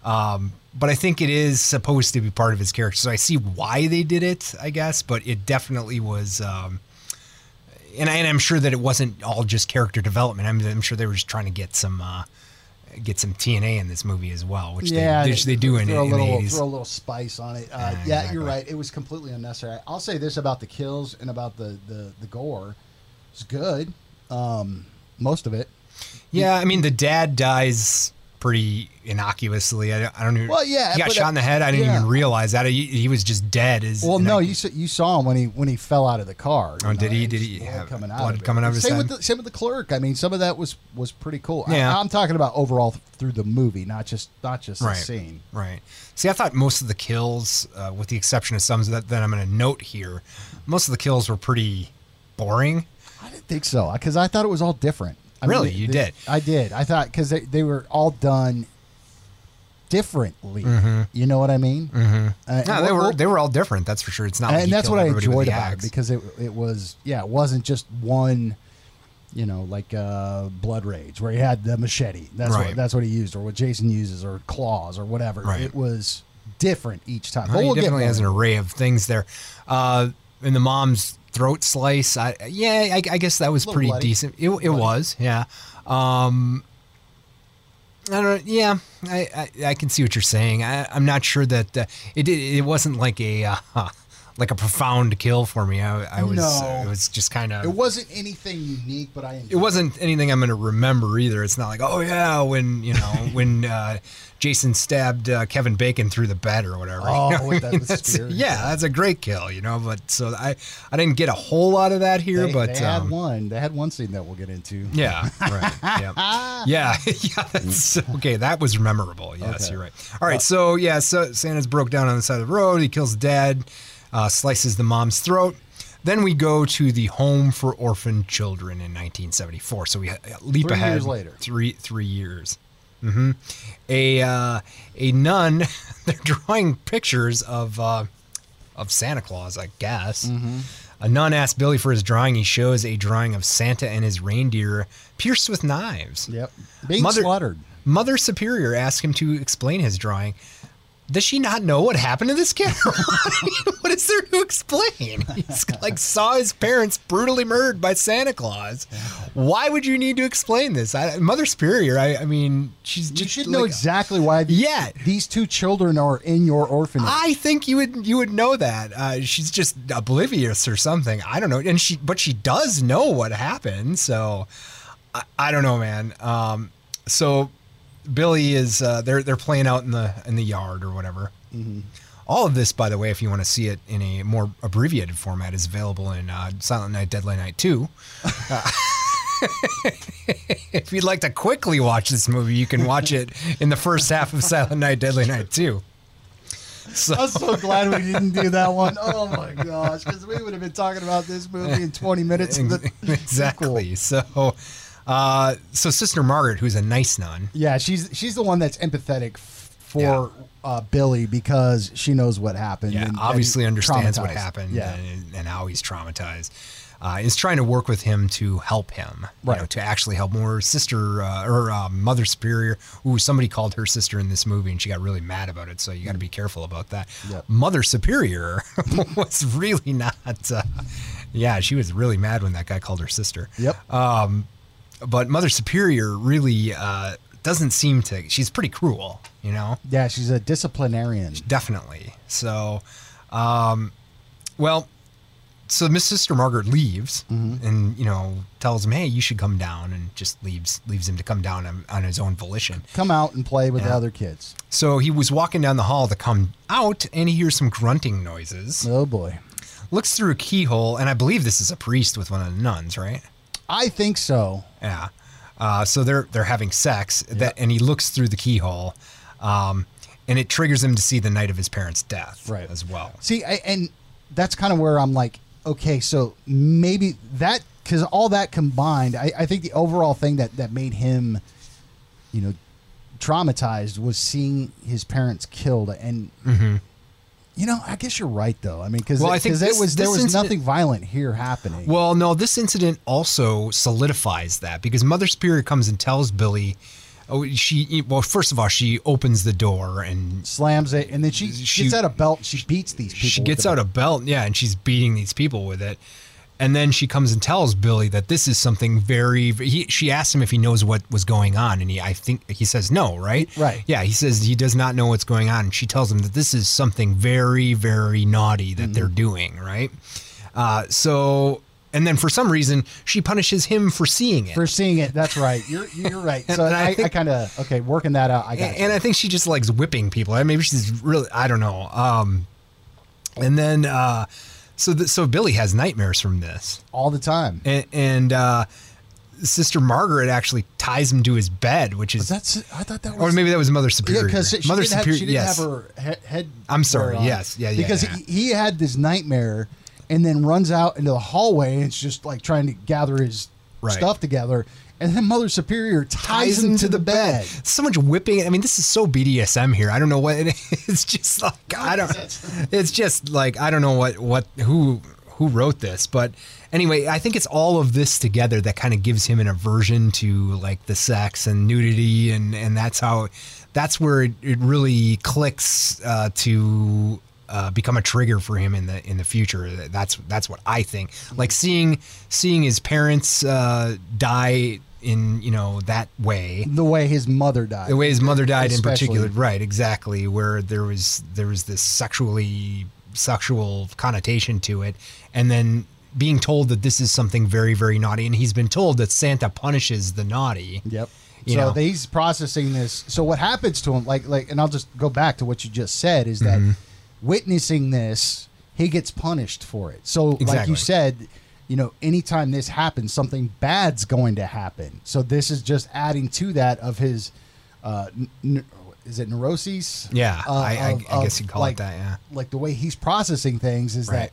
Speaker 6: um, but I think it is supposed to be part of his character. So I see why they did it, I guess. But it definitely was. Um, and, I, and I'm sure that it wasn't all just character development. I'm, I'm sure they were just trying to get some uh, get some TNA in this movie as well, which
Speaker 5: yeah,
Speaker 6: they, which they do in,
Speaker 5: throw
Speaker 6: in
Speaker 5: a little,
Speaker 6: the 80s.
Speaker 5: Throw a little spice on it. Uh, yeah,
Speaker 6: Yeah, exactly.
Speaker 5: you're right. It was completely unnecessary. I'll say this about the kills and about the the, the gore. It's good, um, most of it.
Speaker 6: Yeah, I mean the dad dies pretty innocuously. I, I don't even.
Speaker 5: Well, yeah,
Speaker 6: he got
Speaker 5: but,
Speaker 6: shot in the head. I didn't
Speaker 5: yeah.
Speaker 6: even realize that he, he was just dead. As
Speaker 5: Well,
Speaker 6: and
Speaker 5: no,
Speaker 6: I-
Speaker 5: you saw, you saw him when he when he fell out of the car. you
Speaker 6: Oh, did
Speaker 5: know,
Speaker 6: he-
Speaker 5: and
Speaker 6: did
Speaker 5: just
Speaker 6: he
Speaker 5: blood
Speaker 6: have
Speaker 5: coming out
Speaker 6: blood
Speaker 5: of it.
Speaker 6: coming out of his
Speaker 5: same with
Speaker 6: hand?
Speaker 5: the, same with the clerk. I mean, some of that was was pretty cool.
Speaker 6: Yeah.
Speaker 5: I, am talking about overall th- through the movie, not just not just the scene.
Speaker 6: Right. See, I thought most of the kills, uh, with the exception of some that, that I'm going to note here, most of the kills were pretty boring.
Speaker 5: I didn't think so because I thought it was all different. I mean,
Speaker 6: Really?
Speaker 5: they-
Speaker 6: You
Speaker 5: they-
Speaker 6: did?
Speaker 5: I did. I thought because they, they were all done differently. You know what I mean? Mm-hmm. Uh,
Speaker 6: No,
Speaker 5: and
Speaker 6: they
Speaker 5: what-
Speaker 6: were
Speaker 5: what-
Speaker 6: they were all different. That's for sure. It's not. like
Speaker 5: and
Speaker 6: he
Speaker 5: that's
Speaker 6: killed
Speaker 5: what I
Speaker 6: everybody with
Speaker 5: enjoyed
Speaker 6: the
Speaker 5: about it
Speaker 6: axe.
Speaker 5: because it it was yeah it wasn't just one. You know, like uh, Blood Rage, where he had the machete. That's
Speaker 6: Right.
Speaker 5: what that's what he used, or what Jason uses, or claws, or whatever.
Speaker 6: Right.
Speaker 5: It was different each time.
Speaker 6: Honey
Speaker 5: but Oh, we'll get
Speaker 6: definitely
Speaker 5: more.
Speaker 6: has an array of things there. Uh, and the mom's throat slice, I, yeah, I, I guess that was
Speaker 5: Little
Speaker 6: pretty
Speaker 5: bloody.
Speaker 6: decent. It, it was, yeah. Um, I don't, yeah, I, I, I can see what you're saying. I, I'm not sure that uh, it did- it wasn't like a uh, like a profound kill for me. I, I was
Speaker 5: No.
Speaker 6: it was just kind of
Speaker 5: It wasn't anything unique, but I enjoyed
Speaker 6: it wasn't anything I'm going to remember either. It's not like, oh yeah, when you know when uh, Jason stabbed uh, Kevin Bacon through the bed or whatever. you
Speaker 5: Oh,
Speaker 6: know?
Speaker 5: with that
Speaker 6: That's-
Speaker 5: spear.
Speaker 6: yeah, that's a great kill, you know. But so I, I didn't get a whole lot of that here,
Speaker 5: They,
Speaker 6: but
Speaker 5: they had
Speaker 6: um,
Speaker 5: one. They had one scene that we'll get into.
Speaker 6: yeah, right, yeah, yeah, yeah. That's, okay, that was memorable. Yes,
Speaker 5: Okay. Uh,
Speaker 6: you're right. All right, so yeah, so Santa's broke down on the side of the road. He kills dad, uh, slices the mom's throat. Then we go to the Home for Orphan Children in 1974. So we uh, leap
Speaker 5: Three
Speaker 6: ahead
Speaker 5: years later.
Speaker 6: Three three years. hmm A uh, a nun. They're drawing pictures of. Uh, of Santa Claus, I guess.
Speaker 5: Mm-hmm.
Speaker 6: A nun asks Billy for his drawing. He shows a drawing of Santa and his reindeer pierced with knives.
Speaker 5: Yep. Being
Speaker 6: Mother-
Speaker 5: slaughtered.
Speaker 6: Mother Superior asks him to explain his drawing. Does she not know what happened to this kid? what is there to explain? He's like saw his parents brutally murdered by Santa Claus. Why would you need to explain this? I, Mother Superior, I, I mean, she's
Speaker 5: You
Speaker 6: just
Speaker 5: should know
Speaker 6: like-
Speaker 5: exactly why the,
Speaker 6: Yeah.
Speaker 5: these two children are in your orphanage.
Speaker 6: I think you would you would know that. Uh, she's just oblivious or something. I don't know. And she but she does know what happened. So I, I don't know, man. Um, so Billy is uh, they're they're playing out in the in the yard or whatever. All of this, by the way, if you want to see it in a more abbreviated format, is available in uh, Silent Night, Deadly Night 2. Uh, if you'd like to quickly watch this movie, you can watch it in the first half of Silent Night, Deadly Night 2.
Speaker 5: I'm so glad we didn't do that one. Oh my gosh, because we would have been talking about this movie in 20 minutes.
Speaker 6: Ex- exactly. So, uh, so Sister Margaret, who's a nice nun,
Speaker 5: Yeah, she's she's the one that's empathetic f- for uh, Billy because she knows what happened.
Speaker 6: yeah,
Speaker 5: and-
Speaker 6: obviously
Speaker 5: and
Speaker 6: understands what
Speaker 5: traumatized.
Speaker 6: happened
Speaker 5: Yeah,
Speaker 6: and, and how he's traumatized. Uh, is trying to work with him to help him, you know,
Speaker 5: Right.
Speaker 6: to actually help him. Or sister uh, or uh, mother superior. Ooh, somebody called her sister in this movie, and she got really mad about it. So you got
Speaker 5: Mm.
Speaker 6: to be careful about that.
Speaker 5: Yep.
Speaker 6: Mother superior was really not. Uh, yeah, she was really mad when that guy called her sister.
Speaker 5: yep.
Speaker 6: but Mother Superior really uh, doesn't seem to. She's pretty cruel, you know.
Speaker 5: yeah, she's a disciplinarian.
Speaker 6: Definitely. So, um, well, so Miss Sister Margaret leaves, and you know tells him, "Hey, you should come down," and just leaves leaves him to come down on, on his own volition.
Speaker 5: Come out and play with the
Speaker 6: Yeah.
Speaker 5: other kids.
Speaker 6: So he was walking down the hall to come out, and he hears some grunting noises.
Speaker 5: Oh boy,
Speaker 6: Looks through a keyhole, and I believe this is a priest with one of the nuns, right?
Speaker 5: I think so.
Speaker 6: Yeah. Uh, so they're they're having sex that, and he looks through the keyhole, um, and it triggers him to see the night of his parents' death,
Speaker 5: Right.
Speaker 6: As well.
Speaker 5: See, I, and that's kind of where I'm like, okay, so maybe that because all that combined, I, I think the overall thing that that made him, you know, traumatized was seeing his parents killed, and you know, I guess you're right though. I mean, because
Speaker 6: Mm-hmm. Well, I think
Speaker 5: it
Speaker 6: this-
Speaker 5: was there
Speaker 6: this
Speaker 5: was
Speaker 6: incident-
Speaker 5: nothing violent here happening.
Speaker 6: Well, no, this incident also solidifies that because Mother Spirit comes and tells Billy, oh, she well, first of all, she opens the door and
Speaker 5: slams it, and then she,
Speaker 6: She-
Speaker 5: gets out a belt. She beats these people.
Speaker 6: she
Speaker 5: with
Speaker 6: gets
Speaker 5: the
Speaker 6: out a belt, yeah, and she's beating these people with it. And then she comes and tells Billy that this is something very. He, she asks him if he knows what was going on, and he, I think, he says no, right?
Speaker 5: Right.
Speaker 6: Yeah, he says he does not know what's going on. And she tells him that this is something very, very naughty that
Speaker 5: Mm-hmm.
Speaker 6: they're doing, right? Uh, so, and then for some reason, she punishes him for seeing it.
Speaker 5: for seeing it. That's right. You're you're right. So
Speaker 6: And I
Speaker 5: I, I
Speaker 6: think-
Speaker 5: kind of okay working that out. I got
Speaker 6: and I think she just likes whipping people. I- Maybe she's really I don't know. Um, and then uh, so th- so Billy has nightmares from this,
Speaker 5: all the time.
Speaker 6: and, and uh, Sister Margaret actually ties him to his bed, which is
Speaker 5: That's I thought that was
Speaker 6: or maybe that was Mother
Speaker 5: Yeah,
Speaker 6: Superior.
Speaker 5: because she,
Speaker 6: Mother
Speaker 5: didn't, have,
Speaker 6: Superior,
Speaker 5: she didn't
Speaker 6: yes.
Speaker 5: have her he- head.
Speaker 6: I'm sorry,
Speaker 5: wear on.
Speaker 6: yes, yeah, yeah,
Speaker 5: Because
Speaker 6: yeah.
Speaker 5: He, he had this nightmare, and then runs out into the hallway, and it's just like trying to gather his
Speaker 6: Right.
Speaker 5: stuff together, and then Mother Superior ties, him to the bed.
Speaker 6: So much whipping. I mean, this is so BDSM here. I don't know what it is. It's just like I don't. It's just like I don't know what what who who wrote this, but anyway, I think it's all of this together that kind of gives him an aversion to like the sex and nudity, and and that's how that's where it, it really clicks uh, to. Uh, become a trigger for him in the in the future. That's that's what I think. Like seeing seeing his parents uh, die in you know that way
Speaker 5: The way his mother died.
Speaker 6: the way his mother died in
Speaker 5: Especially.
Speaker 6: particular right exactly where there was there was this sexually sexual connotation to it and then being told that this is something very very naughty and he's been told that santa punishes the naughty
Speaker 5: Yep.
Speaker 6: You
Speaker 5: so
Speaker 6: know.
Speaker 5: they- he's processing this. So what happens to him? Like, like, and I'll just go back to what you just said is
Speaker 6: Mm-hmm.
Speaker 5: that witnessing this, he gets punished for it. So, like you
Speaker 6: Exactly.
Speaker 5: said, you know, anytime this happens, something bad's going to happen. So this is just adding to that of his, uh, n- n- is it neuroses?
Speaker 6: Yeah,
Speaker 5: Uh,
Speaker 6: I- I-
Speaker 5: of-
Speaker 6: I guess
Speaker 5: of,
Speaker 6: you'd call it
Speaker 5: like-
Speaker 6: that, yeah.
Speaker 5: like the way he's processing things is
Speaker 6: Right.
Speaker 5: that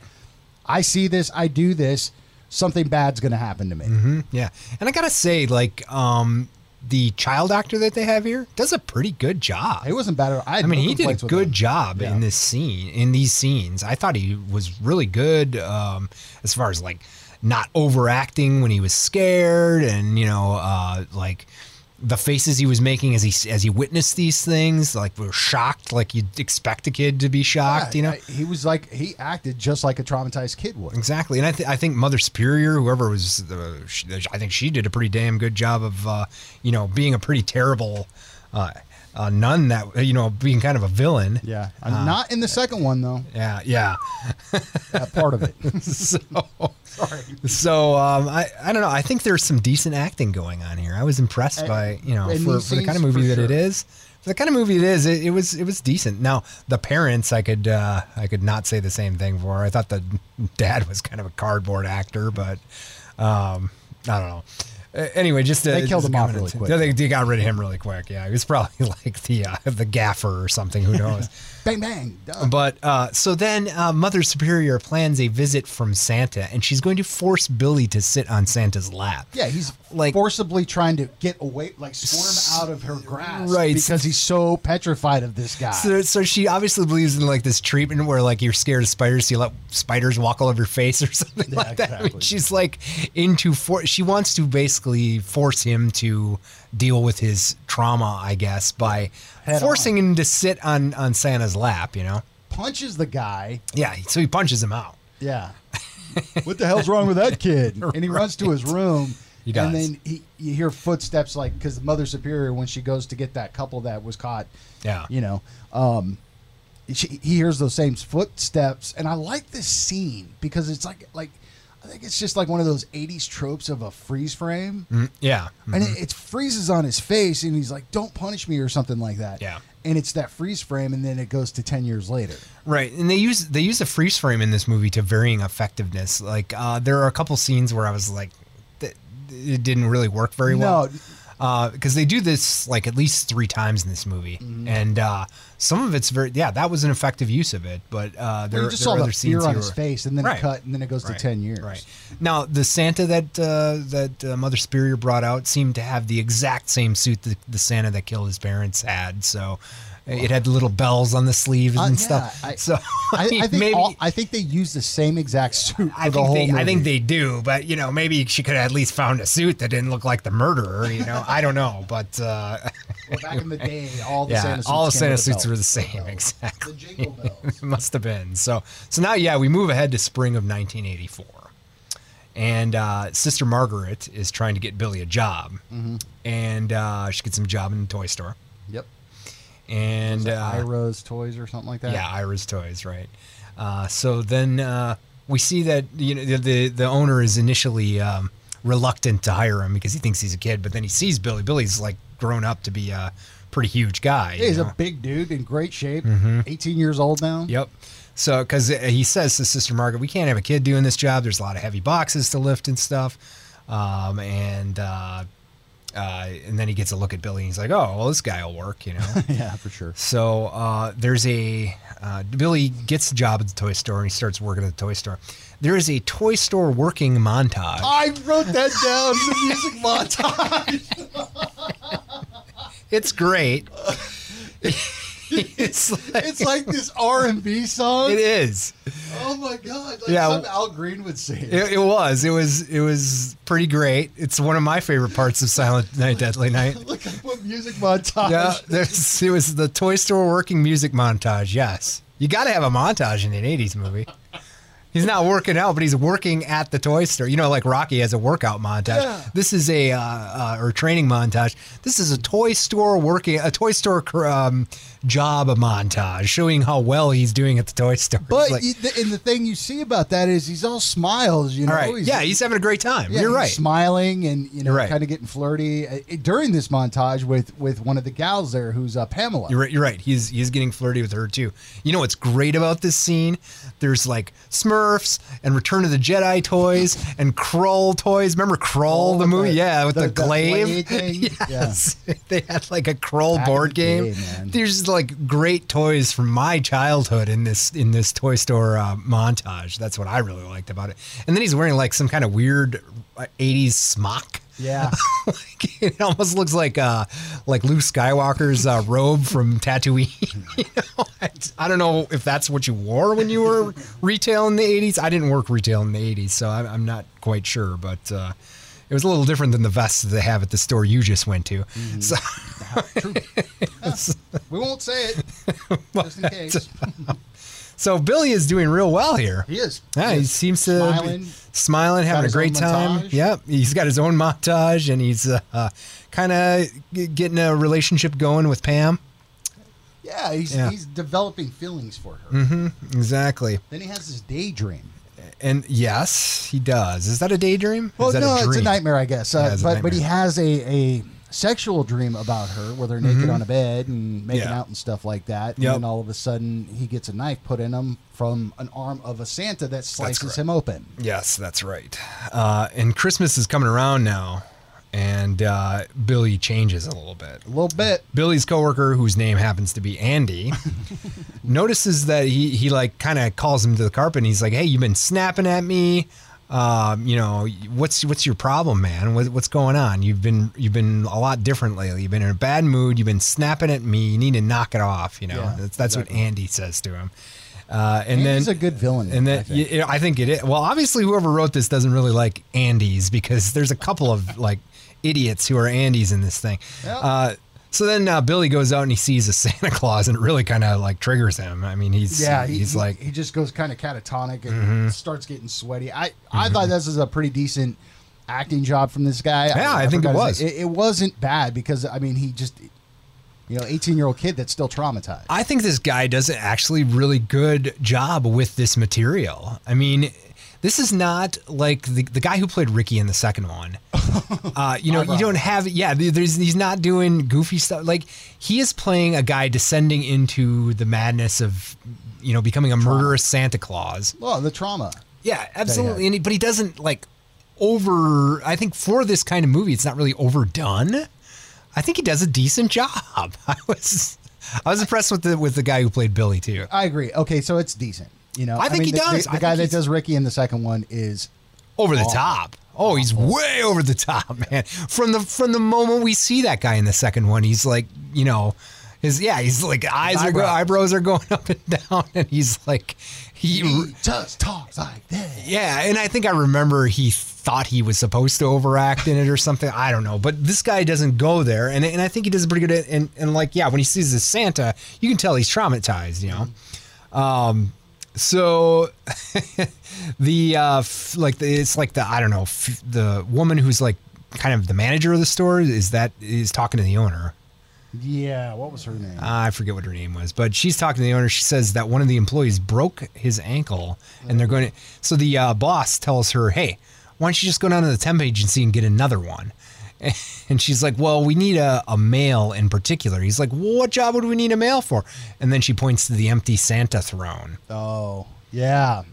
Speaker 5: I see this, I do this, something bad's going to happen to me.
Speaker 6: yeah and i gotta say like um the child actor that they have here does a pretty good job
Speaker 5: It wasn't bad. at all. I, had
Speaker 6: I mean,
Speaker 5: no
Speaker 6: he did
Speaker 5: complaints
Speaker 6: a
Speaker 5: with
Speaker 6: good
Speaker 5: him.
Speaker 6: job
Speaker 5: Yeah.
Speaker 6: in this scene, in these scenes. I thought he was really good um, as far as like not overacting when he was scared, and you know, uh, like the faces he was making as he as he witnessed these things, like were shocked, like you'd expect a kid to be shocked, you know.
Speaker 5: I- he was like he acted just like a traumatized kid would.
Speaker 6: Exactly, and I, th- I think Mother Superior, whoever was, the, she, I think she did a pretty damn good job of, uh, you know, being a pretty terrible uh, uh, nun that you know being kind of a villain.
Speaker 5: Yeah, I'm Uh, not in the second one though.
Speaker 6: yeah, yeah.
Speaker 5: That part of it.
Speaker 6: so So um, I I don't know. I think there's some decent acting going on here. I was impressed
Speaker 5: And-
Speaker 6: by you know
Speaker 5: Eh, and
Speaker 6: for,
Speaker 5: these
Speaker 6: for the kind of
Speaker 5: scenes,
Speaker 6: movie
Speaker 5: for
Speaker 6: that it
Speaker 5: sure.
Speaker 6: is. For the kind of movie it is, it, it was it was decent. Now the parents, I could uh, I could not say the same thing for. I thought the dad was kind of a cardboard actor, but um, I don't know. Uh, Anyway, just to,
Speaker 5: They killed
Speaker 6: just
Speaker 5: him off
Speaker 6: comment-
Speaker 5: really quick.
Speaker 6: They, they got rid of him really quick. Yeah, he was probably like the uh, the gaffer or something. Who knows?
Speaker 5: bang bang. done.
Speaker 6: But uh, so then uh, Mother Superior plans a visit from Santa, and she's going to force Billy to sit on Santa's lap.
Speaker 5: yeah, he's
Speaker 6: like-
Speaker 5: forcibly trying to get away, like squirm out of her grasp,
Speaker 6: Right.
Speaker 5: Because he's so petrified of this guy.
Speaker 6: So, so she obviously believes in like this treatment where like you're scared of spiders, so you let spiders walk all over your face or something
Speaker 5: Yeah,
Speaker 6: like that. I mean,
Speaker 5: exactly.
Speaker 6: she's like into for she wants to basically force him to deal with his trauma, I guess, by
Speaker 5: Head
Speaker 6: forcing him to sit on on Santa's lap. You know?
Speaker 5: Punches the guy.
Speaker 6: Yeah. So he punches him out.
Speaker 5: Yeah. what the hell's wrong with that kid? And he runs to his room.
Speaker 6: He does.
Speaker 5: and then he, you hear footsteps like because Mother Superior when she goes to get that couple that was caught,
Speaker 6: Yeah.
Speaker 5: you know, um, she, he hears those same footsteps, and I like this scene because it's like like I think it's just like one of those '80s tropes of a freeze frame,
Speaker 6: Yeah.
Speaker 5: and it, it freezes on his face, and he's like, "Don't punish me" or something like that.
Speaker 6: Yeah.
Speaker 5: and it's that freeze frame, and then it goes to ten years later.
Speaker 6: Right, and they use they use a freeze frame in this movie to varying effectiveness. Like uh, there are a couple scenes where I was like, th- it didn't really work very well.
Speaker 5: No.
Speaker 6: because they do this like at least three times in this movie,
Speaker 5: Mm-hmm.
Speaker 6: and uh, some of it's very yeah that was an effective use of it. But uh, there
Speaker 5: you just
Speaker 6: there
Speaker 5: saw
Speaker 6: are
Speaker 5: the
Speaker 6: other scenes
Speaker 5: fear on
Speaker 6: here
Speaker 5: his
Speaker 6: where-
Speaker 5: face, and then
Speaker 6: Right.
Speaker 5: it cut, and then it goes to
Speaker 6: Right,
Speaker 5: ten years.
Speaker 6: Right now, the Santa that uh, that uh, Mother Superior brought out seemed to have the exact same suit that the Santa that killed his parents had. So. It had little bells on the sleeves
Speaker 5: Uh,
Speaker 6: and
Speaker 5: yeah,
Speaker 6: stuff.
Speaker 5: I-
Speaker 6: so
Speaker 5: I, I
Speaker 6: mean,
Speaker 5: think all, I think they use the same exact suit. For
Speaker 6: I
Speaker 5: the
Speaker 6: think
Speaker 5: whole
Speaker 6: they, I think they
Speaker 5: movie.
Speaker 6: do, but you know, maybe she could have at least found a suit that didn't look like the murderer. You know, I don't know, but uh,
Speaker 5: Well, back in the day, all the
Speaker 6: yeah,
Speaker 5: Santa suits
Speaker 6: all
Speaker 5: came
Speaker 6: Santa
Speaker 5: with a
Speaker 6: suits
Speaker 5: belt.
Speaker 6: were the same,
Speaker 5: The
Speaker 6: exactly.
Speaker 5: jingle bells.
Speaker 6: It must have been. So, so now, yeah, we move ahead to spring of 1984, and uh, Sister Margaret is trying to get Billy a job,
Speaker 5: Mm-hmm.
Speaker 6: and uh, she gets him a job in a toy store,
Speaker 5: Yep.
Speaker 6: and uh,
Speaker 5: Ira's toys or something like that.
Speaker 6: Yeah, Ira's Toys, right. Uh, so then uh, we see that you know the the, the owner is initially um, reluctant to hire him because he thinks he's a kid, but then he sees Billy. Billy's like grown up to be a pretty huge guy. you
Speaker 5: He's
Speaker 6: know?
Speaker 5: a big dude in great shape. 18 years old now.
Speaker 6: Mm-hmm. Yep. So, because he says to Sister Margaret, we can't have a kid doing this job. There's a lot of heavy boxes to lift and stuff. Um, and uh, uh, and then he gets a look at Billy and he's like, oh, well, this guy will work, you know?
Speaker 5: Yeah, for sure.
Speaker 6: So uh, there's a uh, Billy gets a job at the toy store and he starts working at the toy store. There is a toy store working montage.
Speaker 5: I wrote that down in the music montage.
Speaker 6: It's great. it's like,
Speaker 5: It's like this R and B song.
Speaker 6: it is.
Speaker 5: Oh my god! Like
Speaker 6: Yeah.
Speaker 5: some Al Green would say. it.
Speaker 6: It, it was. It was. It was pretty great. It's one of my favorite parts of Silent Night, Deadly Night.
Speaker 5: Look up what music montage.
Speaker 6: Yeah, there's, it was the Toy Store working music montage. Yes, you got to have a montage in an '80s movie. He's not working out, but he's working at the toy store. You know, like Rocky has a workout montage.
Speaker 5: Yeah.
Speaker 6: This is a uh, uh, or training montage. This is a toy store working a toy store cr- um, job montage, showing how well he's doing at the toy store. It's
Speaker 5: But
Speaker 6: like,
Speaker 5: you- the- and the thing you see about that is he's all smiles. You know.
Speaker 6: all right,
Speaker 5: He's-
Speaker 6: yeah, he's having a great time.
Speaker 5: yeah,
Speaker 6: You're
Speaker 5: he's
Speaker 6: right.
Speaker 5: Smiling and you know,
Speaker 6: You're right.
Speaker 5: kind of getting flirty uh, during this montage with with one of the gals there, who's uh, Pamela.
Speaker 6: You're right. You're right. He's he's getting flirty with her too. You know what's great about this scene? There's like Smurfs and Return of the Jedi toys and Krull toys. Remember Krull
Speaker 5: Oh,
Speaker 6: the movie?
Speaker 5: the-
Speaker 6: yeah, with the,
Speaker 5: the- the
Speaker 6: glaive.
Speaker 5: blade thing? Yeah.
Speaker 6: yes, they had like a Krull
Speaker 5: Back in
Speaker 6: board
Speaker 5: the
Speaker 6: game.
Speaker 5: day, man.
Speaker 6: There's like great toys from my childhood in this in this toy store uh, montage. That's what I really liked about it. And then he's wearing like some kind of weird uh, '80s smock.
Speaker 5: Yeah.
Speaker 6: Like, it almost looks like uh, like Luke Skywalker's uh, robe from Tatooine. you know? I, I don't know if that's what you wore when you were retail in the '80s. I didn't work retail in the '80s, so I'm, I'm not quite sure. But uh, it was a little different than the vests that they have at the store you just went to.
Speaker 5: Mm-hmm.
Speaker 6: So
Speaker 5: We won't say it, just in case.
Speaker 6: So Billy is doing real well here.
Speaker 5: He is.
Speaker 6: Yeah, he
Speaker 5: He's
Speaker 6: seems to
Speaker 5: smiling.
Speaker 6: be smiling, having a
Speaker 5: his
Speaker 6: great
Speaker 5: own
Speaker 6: time.
Speaker 5: montage.
Speaker 6: Yep, he's got his own montage, and he's uh, uh, kind of g- getting a relationship going with Pam.
Speaker 5: Yeah, he's
Speaker 6: Yeah. Mm-hmm.
Speaker 5: he's developing feelings for her.
Speaker 6: Exactly,
Speaker 5: Then he has his daydream.
Speaker 6: and yes, he does. Is that a daydream?
Speaker 5: Well,
Speaker 6: is that
Speaker 5: no,
Speaker 6: a dream?
Speaker 5: it's a nightmare, I guess.
Speaker 6: Yeah,
Speaker 5: Uh,
Speaker 6: it's a
Speaker 5: but but he
Speaker 6: nightmare.
Speaker 5: has a, a sexual dream about her, where they're naked on a bed and making
Speaker 6: Mm-hmm. Yeah.
Speaker 5: out and stuff like
Speaker 6: Yep.
Speaker 5: that. And then all of a sudden, he gets a knife put in him from an arm of a Santa that slices
Speaker 6: correct.
Speaker 5: him open.
Speaker 6: Yes, that's right. Uh, and Christmas is coming around now, and uh, Billy changes a little bit.
Speaker 5: A little bit.
Speaker 6: Billy's coworker, whose name happens to be Andy, notices that he he like kind of calls him to the carpet. and He's like, "Hey, you've been snapping at me. Um, you know, what's what's your problem, man? What, what's going on? You've been you've been a lot different lately. You've been in a bad mood. You've been snapping at me. You need to knock it off. You know,
Speaker 5: Yeah,
Speaker 6: that's, that's what Andy says to him. Uh, and
Speaker 5: And
Speaker 6: then
Speaker 5: he's a good villain.
Speaker 6: and then
Speaker 5: I
Speaker 6: I
Speaker 5: think.
Speaker 6: think. I think it is. Well, obviously, whoever wrote this doesn't really like Andes because there's a couple of like idiots who are Andes in this thing. Uh, so then uh, Billy goes out and he sees a Santa Claus, and it really kind of like triggers him. I mean, he's
Speaker 5: yeah, he-
Speaker 6: he's
Speaker 5: he-
Speaker 6: like Mm-hmm.
Speaker 5: he just goes kind of catatonic and starts getting sweaty. I I thought this is a pretty decent acting job from this guy.
Speaker 6: Yeah, I think it
Speaker 5: forgot
Speaker 6: was.
Speaker 5: his name. It, it wasn't bad because I mean he just you know eighteen year old kid that's still traumatized.
Speaker 6: I think this guy does an actually really good job with this material. I mean, this is not like the, the guy who played Ricky in the second one. Uh, you know, you don't have yeah. there- There's he's not doing goofy stuff. Like he is playing a guy descending into the madness of, you know, becoming a murderous Santa Claus.
Speaker 5: Well, the trauma.
Speaker 6: Yeah, absolutely. And he, but he doesn't like over. I think for this kind of movie, it's not really overdone. I think he does a decent job. I was I was impressed with the with the guy who played Billy too.
Speaker 5: I agree. Okay, so it's decent. You know,
Speaker 6: I think he
Speaker 5: the- the-
Speaker 6: does.
Speaker 5: The,
Speaker 6: I think
Speaker 5: guy that
Speaker 6: he's-
Speaker 5: does Ricky in the second one is
Speaker 6: Over the top. Oh, he's way over the top, man. From the from the moment we see that guy in the second one, he's like, you know, his yeah, he's like eyes are go, eyebrows
Speaker 5: eyebrows.
Speaker 6: are going up and down, and he's like he
Speaker 5: he just talks like that.
Speaker 6: Yeah, and I think I remember he thought he was supposed to overact in it or something. I don't know, but this guy doesn't go there, and and I think he does a pretty good. And and like yeah, when he sees this Santa, you can tell he's traumatized. You know, um, so the uh, f- like the, it's like the I don't know f- the woman who's like kind of the manager of the store is that is talking to the owner.
Speaker 5: Yeah, what was her name?
Speaker 6: I forget what her name was, but she's talking to the owner. She says that one of the employees broke his ankle, and they're going to. So the uh, boss tells her, "Hey, why don't you just go down to the temp agency and get another one?" And she's like, "Well, we need a, a male in particular." He's like, well, "What job would we need a male for?" And then she points to the empty Santa throne.
Speaker 5: oh, yeah.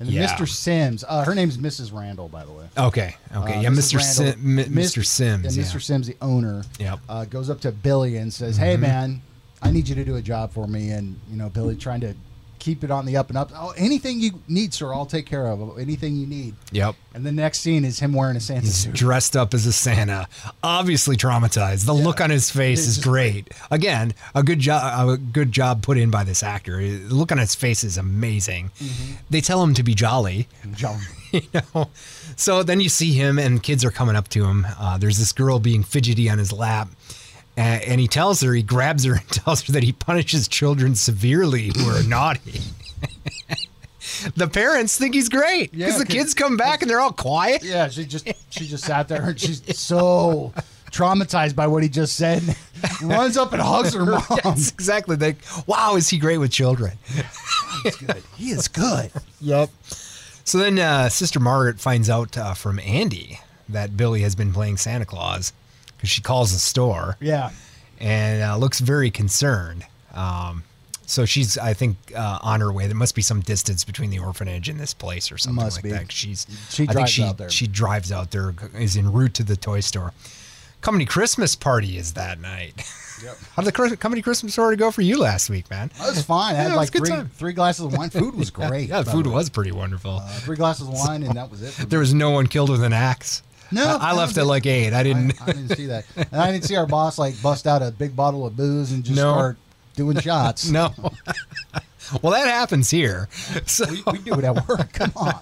Speaker 5: And
Speaker 6: Yeah.
Speaker 5: Mr. Sims. Uh, her name's Mrs. Randall, by the way.
Speaker 6: Okay, okay,
Speaker 5: Uh,
Speaker 6: yeah,
Speaker 5: Mrs.
Speaker 6: Mr.
Speaker 5: Randall-
Speaker 6: Sim, M-
Speaker 5: Miss-
Speaker 6: Mr. Sims,
Speaker 5: And
Speaker 6: yeah.
Speaker 5: Mr. Sims, the owner,
Speaker 6: Yep. Mm-hmm.
Speaker 5: uh, goes up to Billy and says, "Hey, man, I need you to do a job for me." And you know, Billy trying to keep it on the up and up. Oh, anything you need, sir, I'll take care of. Anything you need.
Speaker 6: Yep.
Speaker 5: And the next scene is him wearing a Santa
Speaker 6: He's
Speaker 5: suit.
Speaker 6: dressed up as a Santa, obviously traumatized. The look on his face
Speaker 5: It's
Speaker 6: is
Speaker 5: just
Speaker 6: great. Again, a good job, a good job put in by this actor. The look on his face is amazing.
Speaker 5: Mm-hmm.
Speaker 6: They tell him to be jolly, you know. So then you see him, and kids are coming up to him. Uh, there's this girl being fidgety on his lap. a- And he tells her, he grabs her and tells her that he punishes children severely who are naughty. the parents think he's great
Speaker 5: Yeah,
Speaker 6: because the
Speaker 5: 'cause-
Speaker 6: kids come back and they're all quiet.
Speaker 5: Yeah, she just she just sat there and she's so traumatized by what he just said. Runs up and hugs her mom.
Speaker 6: Yes, exactly. They, wow, is he great with children?
Speaker 5: He is good.
Speaker 6: Yep. So then uh, Sister Margaret finds out uh, from Andy that Billy has been playing Santa Claus because she calls the store
Speaker 5: Yeah.
Speaker 6: and uh, looks very concerned. Um, so she's, I think, uh, on her way. There must be some distance between the orphanage and this place or something
Speaker 5: Must
Speaker 6: like
Speaker 5: be.
Speaker 6: that. She's,
Speaker 5: She
Speaker 6: I think
Speaker 5: drives
Speaker 6: she,
Speaker 5: out there.
Speaker 6: She drives out there, is en route to the toy store. Company Christmas party is that night. Yep. How did the Chris- company Christmas party go for you last week, man?
Speaker 5: That was fine. I had
Speaker 6: Yeah, it was
Speaker 5: like
Speaker 6: a good
Speaker 5: three
Speaker 6: time.
Speaker 5: three glasses of wine. Food was great.
Speaker 6: Yeah,
Speaker 5: by
Speaker 6: the
Speaker 5: the
Speaker 6: food
Speaker 5: way.
Speaker 6: was pretty wonderful.
Speaker 5: Uh, three glasses of wine and that was it. for me.
Speaker 6: there was no one killed with an axe.
Speaker 5: No,
Speaker 6: I, I
Speaker 5: no,
Speaker 6: left
Speaker 5: they-
Speaker 6: at like eight. I
Speaker 5: I,
Speaker 6: didn't.
Speaker 5: I didn't see that, and I didn't see our boss like bust out a big bottle of booze and just
Speaker 6: No.
Speaker 5: start doing shots.
Speaker 6: no. well, that happens here. So,
Speaker 5: we, we do it at work. Come on.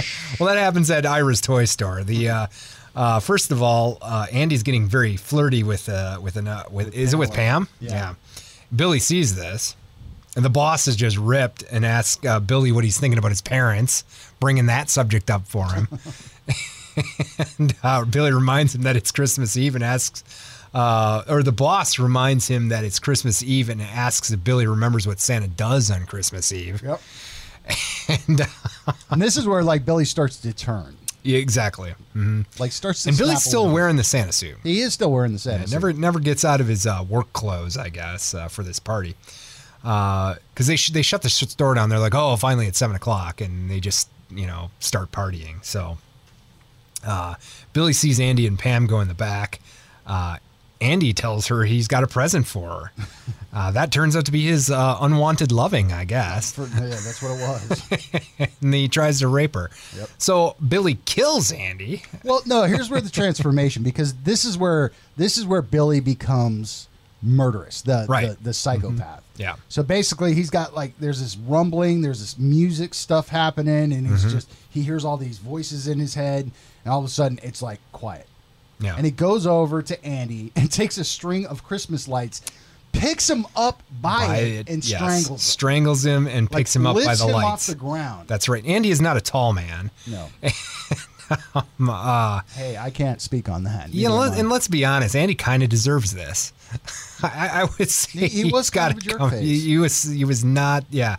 Speaker 6: well, that happens at Ira's toy store. The uh, uh, first of all, uh, Andy's getting very flirty with uh, with an uh, with, is it with Pam?
Speaker 5: Yeah.
Speaker 6: Billy sees this, and the boss is just ripped and asks uh, Billy what he's thinking about his parents, bringing that subject up for him. and uh, Billy reminds him that it's Christmas Eve and asks, uh, or the boss reminds him that it's Christmas Eve and asks if Billy remembers what Santa does on Christmas Eve.
Speaker 5: Yep.
Speaker 6: And, uh,
Speaker 5: And this is where like Billy starts to turn.
Speaker 6: yeah, exactly. Mhm.
Speaker 5: Like starts to
Speaker 6: And
Speaker 5: snap
Speaker 6: Billy's
Speaker 5: a
Speaker 6: still
Speaker 5: little.
Speaker 6: wearing the Santa suit.
Speaker 5: He is still wearing the Santa. suit.
Speaker 6: Never, never gets out of his uh, work clothes, I guess, uh, for this party. Because they sh- they shut the sh- store down. They're like, oh, finally it's seven o'clock, and they just you know start partying. So uh, Billy sees Andy and Pam go in the back. Uh, Andy tells her he's got a present for her. Uh, that turns out to be his uh, unwanted loving, I guess
Speaker 5: For- yeah, that's what it was.
Speaker 6: and he tries to rape her. So Billy kills Andy.
Speaker 5: well, no, here's where the transformation because this is where this is where Billy becomes murderous, the
Speaker 6: Right. Mm-hmm.
Speaker 5: the, the psychopath.
Speaker 6: Yeah.
Speaker 5: So basically, he's got like there's this rumbling, there's this music stuff happening, and
Speaker 6: Mm-hmm.
Speaker 5: he's just he hears all these voices in his head, and all of a sudden it's like quiet.
Speaker 6: Yeah.
Speaker 5: And he goes over to Andy and takes a string of Christmas lights, picks him up by,
Speaker 6: By-
Speaker 5: it, and
Speaker 6: yes,
Speaker 5: strangles him.
Speaker 6: strangles him and
Speaker 5: Like,
Speaker 6: picks him up by
Speaker 5: lifts
Speaker 6: the
Speaker 5: him
Speaker 6: lights.
Speaker 5: off the ground.
Speaker 6: That's right. Andy is not a tall man. uh,
Speaker 5: no. hey, I can't speak on that.
Speaker 6: Yeah,
Speaker 5: Neither
Speaker 6: let-
Speaker 5: am I.
Speaker 6: and let's be honest, Andy kind of deserves this. I, I would say
Speaker 5: He- he was
Speaker 6: he's gotta
Speaker 5: kind of a jerk
Speaker 6: come-
Speaker 5: face.
Speaker 6: He, he was he was not. Yeah,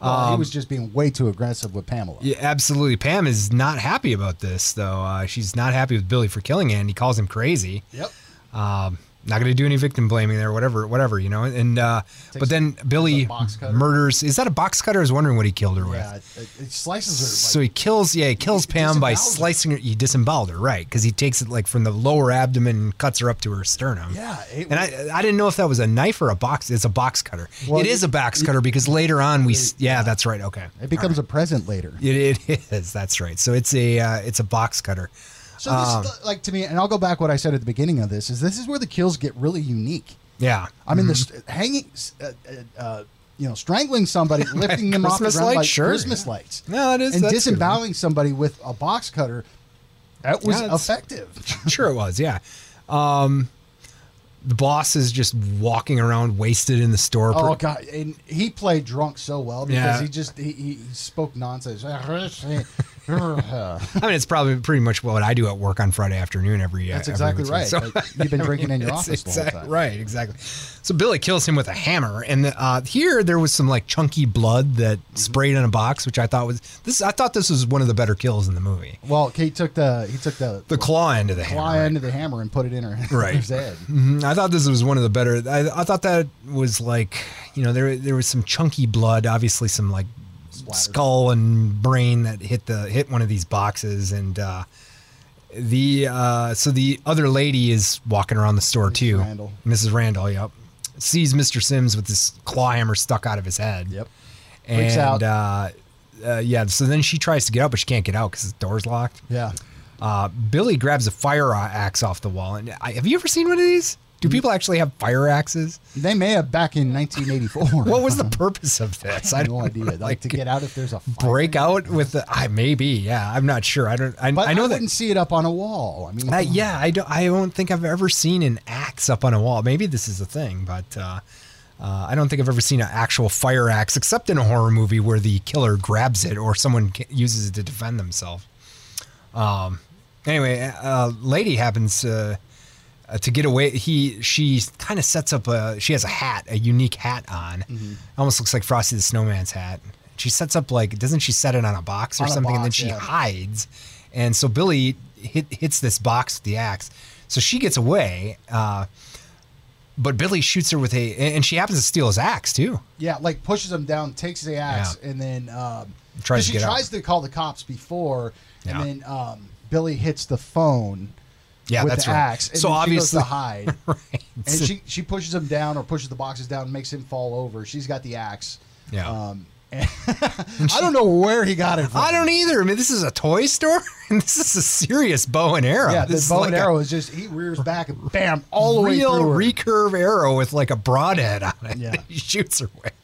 Speaker 5: Well, he was just being way too aggressive with Pamela.
Speaker 6: Um, yeah, absolutely. Pam is not happy about this though. Uh, she's not happy with Billy for killing Andy. Calls him crazy.
Speaker 5: Yep.
Speaker 6: um, not going to do any victim blaming there, whatever, whatever, you know. And uh, but then
Speaker 5: a
Speaker 6: Billy
Speaker 5: box cutter.
Speaker 6: murders. Is that a box cutter? I was wondering what he killed her
Speaker 5: Yeah,
Speaker 6: with.
Speaker 5: it, it slices her.
Speaker 6: So
Speaker 5: like,
Speaker 6: he kills, yeah, he kills Pam by
Speaker 5: disembowels her.
Speaker 6: slicing her. He disemboweled her, right? Because he takes it like from the lower abdomen and cuts her up to her sternum.
Speaker 5: yeah, it
Speaker 6: And I, I didn't know if that was a knife or a box. It's a box cutter.
Speaker 5: Well,
Speaker 6: it is a box cutter because later on we, s- yeah, that's right. Okay,
Speaker 5: it becomes a present later.
Speaker 6: it, it is. That's right. So it's a uh, it's a box cutter.
Speaker 5: So this
Speaker 6: um,
Speaker 5: is the- like to me, and I'll go back what I said at the beginning of this is this is where the kills get really unique.
Speaker 6: Yeah,
Speaker 5: I mean,
Speaker 6: Mm-hmm.
Speaker 5: this hanging, uh, uh, uh, you know, strangling somebody, lifting them off the
Speaker 6: Christmas
Speaker 5: ground
Speaker 6: lights?
Speaker 5: like
Speaker 6: Sure.
Speaker 5: Christmas lights.
Speaker 6: No, it is-
Speaker 5: and
Speaker 6: that's good.
Speaker 5: disemboweling somebody with a box cutter. That was
Speaker 6: Yeah, it's-
Speaker 5: effective.
Speaker 6: sure it was yeah um the boss is just walking around wasted in the store
Speaker 5: Oh god, and he played drunk so well because
Speaker 6: Yeah.
Speaker 5: he just he, he he spoke nonsense. That's
Speaker 6: i mean it's probably pretty much what i do at work on friday afternoon every uh, every
Speaker 5: exactly
Speaker 6: weekend.
Speaker 5: right.
Speaker 6: So-
Speaker 5: Like, you've been drinking in your
Speaker 6: It's
Speaker 5: office the
Speaker 6: exact-
Speaker 5: whole time.
Speaker 6: right exactly so billy kills him with a hammer and uh, here there was some like chunky blood that
Speaker 5: Mm-hmm.
Speaker 6: sprayed in a box which i thought was this i thought this was one of the better kills in the movie
Speaker 5: Well, he took the he took the
Speaker 6: the claw end of the hammer
Speaker 5: fly
Speaker 6: right?
Speaker 5: end of the hammer and put it in her
Speaker 6: Right.
Speaker 5: his head.
Speaker 6: Mhm. I thought this was one of the better. I, I thought that was like you know there there was some chunky blood, obviously some like skull and brain that hit the hit one of these boxes, and uh, the uh, so the other lady is walking around the store too,
Speaker 5: Randall.
Speaker 6: Mrs. Randall. Yep, sees Mr. Sims with this claw hammer stuck out of his head.
Speaker 5: Yep. Freaks
Speaker 6: and
Speaker 5: out.
Speaker 6: Uh, uh, yeah, so then she tries to get out, but she can't get out because the door's locked.
Speaker 5: Yeah.
Speaker 6: Uh, Billy grabs a fire axe off the wall, and I, have you ever seen one of these? Do people actually have fire axes?
Speaker 5: They may have back in 1984.
Speaker 6: What was the purpose of this?
Speaker 5: I have no idea. Like, to get out if there's a fire.
Speaker 6: break out with the, I maybe yeah I'm not sure I don't I,
Speaker 5: But
Speaker 6: I know that
Speaker 5: didn't see it up on a wall. I mean,
Speaker 6: Uh,
Speaker 5: come on.
Speaker 6: yeah, I don't. I don't think I've ever seen an axe up on a wall. Maybe this is a thing, but uh, uh, I don't think I've ever seen an actual fire axe, except in a horror movie where the killer grabs it or someone ca- uses it to defend themselves. Um. Anyway, uh, lady happens uh, uh, to get away. He she kind of sets up a. She has a hat, a unique hat on.
Speaker 5: Mm-hmm.
Speaker 6: Almost looks like Frosty the Snowman's hat. She sets up like doesn't she set it on a box or
Speaker 5: On a
Speaker 6: something, and then
Speaker 5: box,
Speaker 6: she
Speaker 5: yeah.
Speaker 6: hides. And so Billy hit, hits this box with the axe. So she gets away, uh, but Billy shoots her with a, and she happens to steal his axe too.
Speaker 5: Yeah, like pushes him down, takes the axe, and then um,
Speaker 6: Tries to
Speaker 5: 'cause she
Speaker 6: get out.
Speaker 5: tries to call the cops before,
Speaker 6: Yeah.
Speaker 5: and then um, Billy hits the phone
Speaker 6: Yeah,
Speaker 5: with
Speaker 6: that's
Speaker 5: the
Speaker 6: right.
Speaker 5: axe. And
Speaker 6: so
Speaker 5: then
Speaker 6: obviously,
Speaker 5: she goes to hide,
Speaker 6: right.
Speaker 5: and she she pushes him down or pushes the boxes down, makes him fall over. She's got the axe.
Speaker 6: Yeah.
Speaker 5: Um, and- I don't know where he got it from.
Speaker 6: I don't either. I mean, this is a toy store, and this is a serious bow and arrow.
Speaker 5: Yeah,
Speaker 6: this
Speaker 5: the
Speaker 6: is
Speaker 5: bow
Speaker 6: like
Speaker 5: and
Speaker 6: a
Speaker 5: arrow is just he rears back and bam all the way
Speaker 6: real
Speaker 5: through. her.
Speaker 6: recurve arrow with like a broadhead on it.
Speaker 5: Yeah.
Speaker 6: that he shoots her with.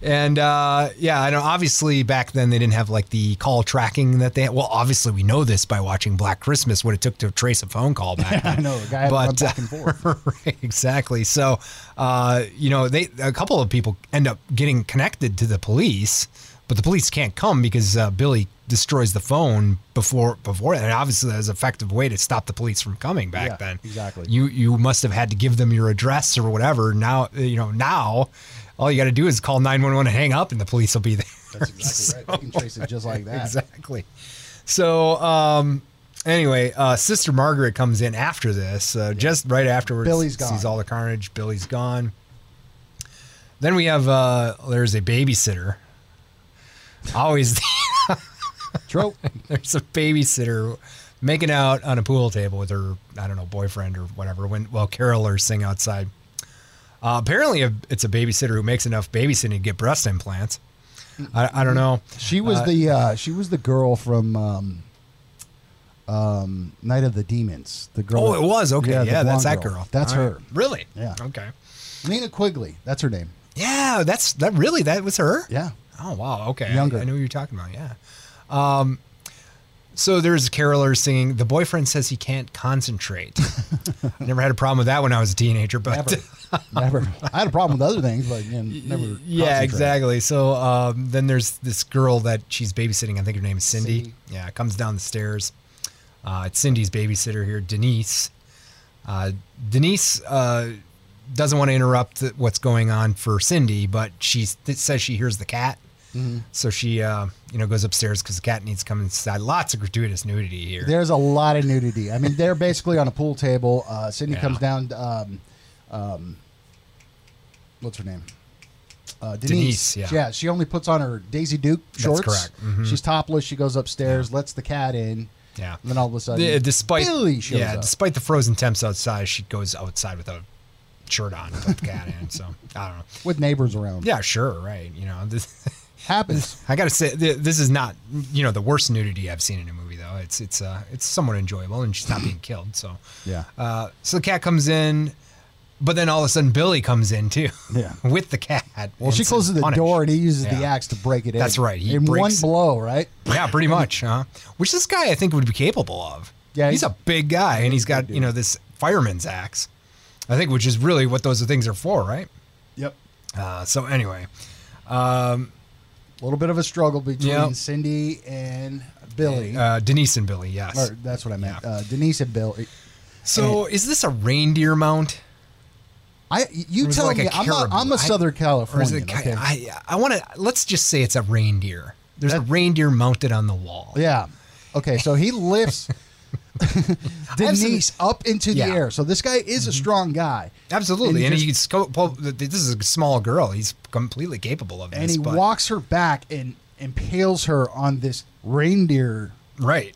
Speaker 6: And uh, yeah, I know. Obviously, back then they didn't have like the call tracking that they. Well, obviously we know this by watching Black Christmas, what it took to trace a phone call back.
Speaker 5: I
Speaker 6: then.
Speaker 5: know the guy had to
Speaker 6: But,
Speaker 5: run back and forth.
Speaker 6: Right, exactly. So, uh, you know, they a couple of people end up getting connected to the police, but the police can't come because uh, Billy destroys the phone before before, and obviously that's an effective way to stop the police from coming back
Speaker 5: Yeah,
Speaker 6: then.
Speaker 5: exactly.
Speaker 6: You you must have had to give them your address or whatever. Now uh, you know now. All you got to do is call 911 and hang up, and the police will be there.
Speaker 5: That's exactly right. You can trace it just like that.
Speaker 6: Exactly. So, um, anyway, uh, Sister Margaret comes in after this, uh, just right afterwards.
Speaker 5: Billy's
Speaker 6: Sees
Speaker 5: gone.
Speaker 6: all the carnage. Billy's gone. Then we have uh, there's a babysitter. Always
Speaker 5: Trope.
Speaker 6: there's a babysitter making out on a pool table with her I don't know boyfriend or whatever when while carolers sing outside. Uh, apparently, a, it's a babysitter who makes enough babysitting to get breast implants. I, I don't know.
Speaker 5: She was the uh, she was the girl from um, um, Night of the Demons. The girl.
Speaker 6: Oh, it was okay. Yeah,
Speaker 5: the
Speaker 6: that's
Speaker 5: blonde
Speaker 6: that girl.
Speaker 5: That's
Speaker 6: All right.
Speaker 5: her.
Speaker 6: Really?
Speaker 5: Yeah.
Speaker 6: Okay.
Speaker 5: Nina Quigley. That's her name.
Speaker 6: Yeah, that's that. Really, that was her.
Speaker 5: Yeah.
Speaker 6: Oh wow. Okay. I-
Speaker 5: Younger.
Speaker 6: I, know what you're talking about. Yeah. Um, so there's carolers singing. The boyfriend says he can't concentrate. I never had a problem with that when I was a teenager, but
Speaker 5: Never. never. I had a problem with other things, but you know, never.
Speaker 6: yeah,
Speaker 5: concentrated.
Speaker 6: exactly. So um, then there's this girl that she's babysitting. I think her name is Cindy.
Speaker 5: Cindy.
Speaker 6: Yeah, comes down the stairs. Uh, it's Cindy's babysitter here, Denise. Uh, Denise uh, doesn't want to interrupt what's going on for Cindy, but she s- says she hears the cat.
Speaker 5: Mm-hmm.
Speaker 6: So she, uh, you know, goes upstairs because the cat needs to come inside. Lots of gratuitous nudity here.
Speaker 5: There's a lot of nudity. I mean, they're basically on a pool table. Uh, Cindy
Speaker 6: Yeah.
Speaker 5: comes down. Um, um, what's her name? Uh, Denise.
Speaker 6: Denise, yeah.
Speaker 5: she only puts on her Daisy Duke shorts.
Speaker 6: correct. Mhm.
Speaker 5: She's topless. She goes upstairs, lets the cat in.
Speaker 6: yeah.
Speaker 5: And then all of a sudden,
Speaker 6: Yeah, despite
Speaker 5: Billy shows
Speaker 6: yeah,
Speaker 5: up.
Speaker 6: despite the frozen temps outside, she goes outside without a shirt on, put the cat in. So I don't know.
Speaker 5: with neighbors around.
Speaker 6: Yeah, sure, right. You know, this,
Speaker 5: happens.
Speaker 6: I gotta say, th- this is not you know the worst nudity I've seen in a movie though. It's it's uh it's somewhat enjoyable, and she's not being killed. So
Speaker 5: Yeah.
Speaker 6: uh, so the cat comes in, but then all of a sudden Billy comes in too.
Speaker 5: Yeah.
Speaker 6: with the cat.
Speaker 5: well, she closes the door and he uses the axe to break it in.
Speaker 6: That's right. He
Speaker 5: in one
Speaker 6: breaks it.
Speaker 5: blow, right?
Speaker 6: Yeah, pretty much, huh? Which this guy I think would be capable of.
Speaker 5: Yeah,
Speaker 6: he's,
Speaker 5: he's-
Speaker 6: a big guy, and he's got you know this fireman's axe. I think, which is really what those things are for, right?
Speaker 5: Yep.
Speaker 6: Uh, so anyway,
Speaker 5: A little bit of a struggle between
Speaker 6: Yep.
Speaker 5: Cindy and Billy.
Speaker 6: uh, Denise and Billy, yes.
Speaker 5: or, eh. that's what I meant.
Speaker 6: yeah.
Speaker 5: Uh, Denise and Billy.
Speaker 6: So is this a reindeer mount?
Speaker 5: I you
Speaker 6: Or is it
Speaker 5: tell
Speaker 6: like a
Speaker 5: me. I'm a,
Speaker 6: caribou?
Speaker 5: I'm a
Speaker 6: I-
Speaker 5: Southern
Speaker 6: Or is
Speaker 5: Californian.
Speaker 6: it? ki-
Speaker 5: okay?
Speaker 6: I I want to. Let's just say it's a reindeer. There's a reindeer mounted on the wall.
Speaker 5: yeah. Okay. So he lifts Denise up into
Speaker 6: Yeah. Mm-hmm.
Speaker 5: the air. So this guy is a strong guy.
Speaker 6: Absolutely,
Speaker 5: And
Speaker 6: and,
Speaker 5: he
Speaker 6: he he's co- pull, this is a small girl. He's completely capable of this.
Speaker 5: And he
Speaker 6: but-
Speaker 5: walks her back and impales her on this reindeer
Speaker 6: right.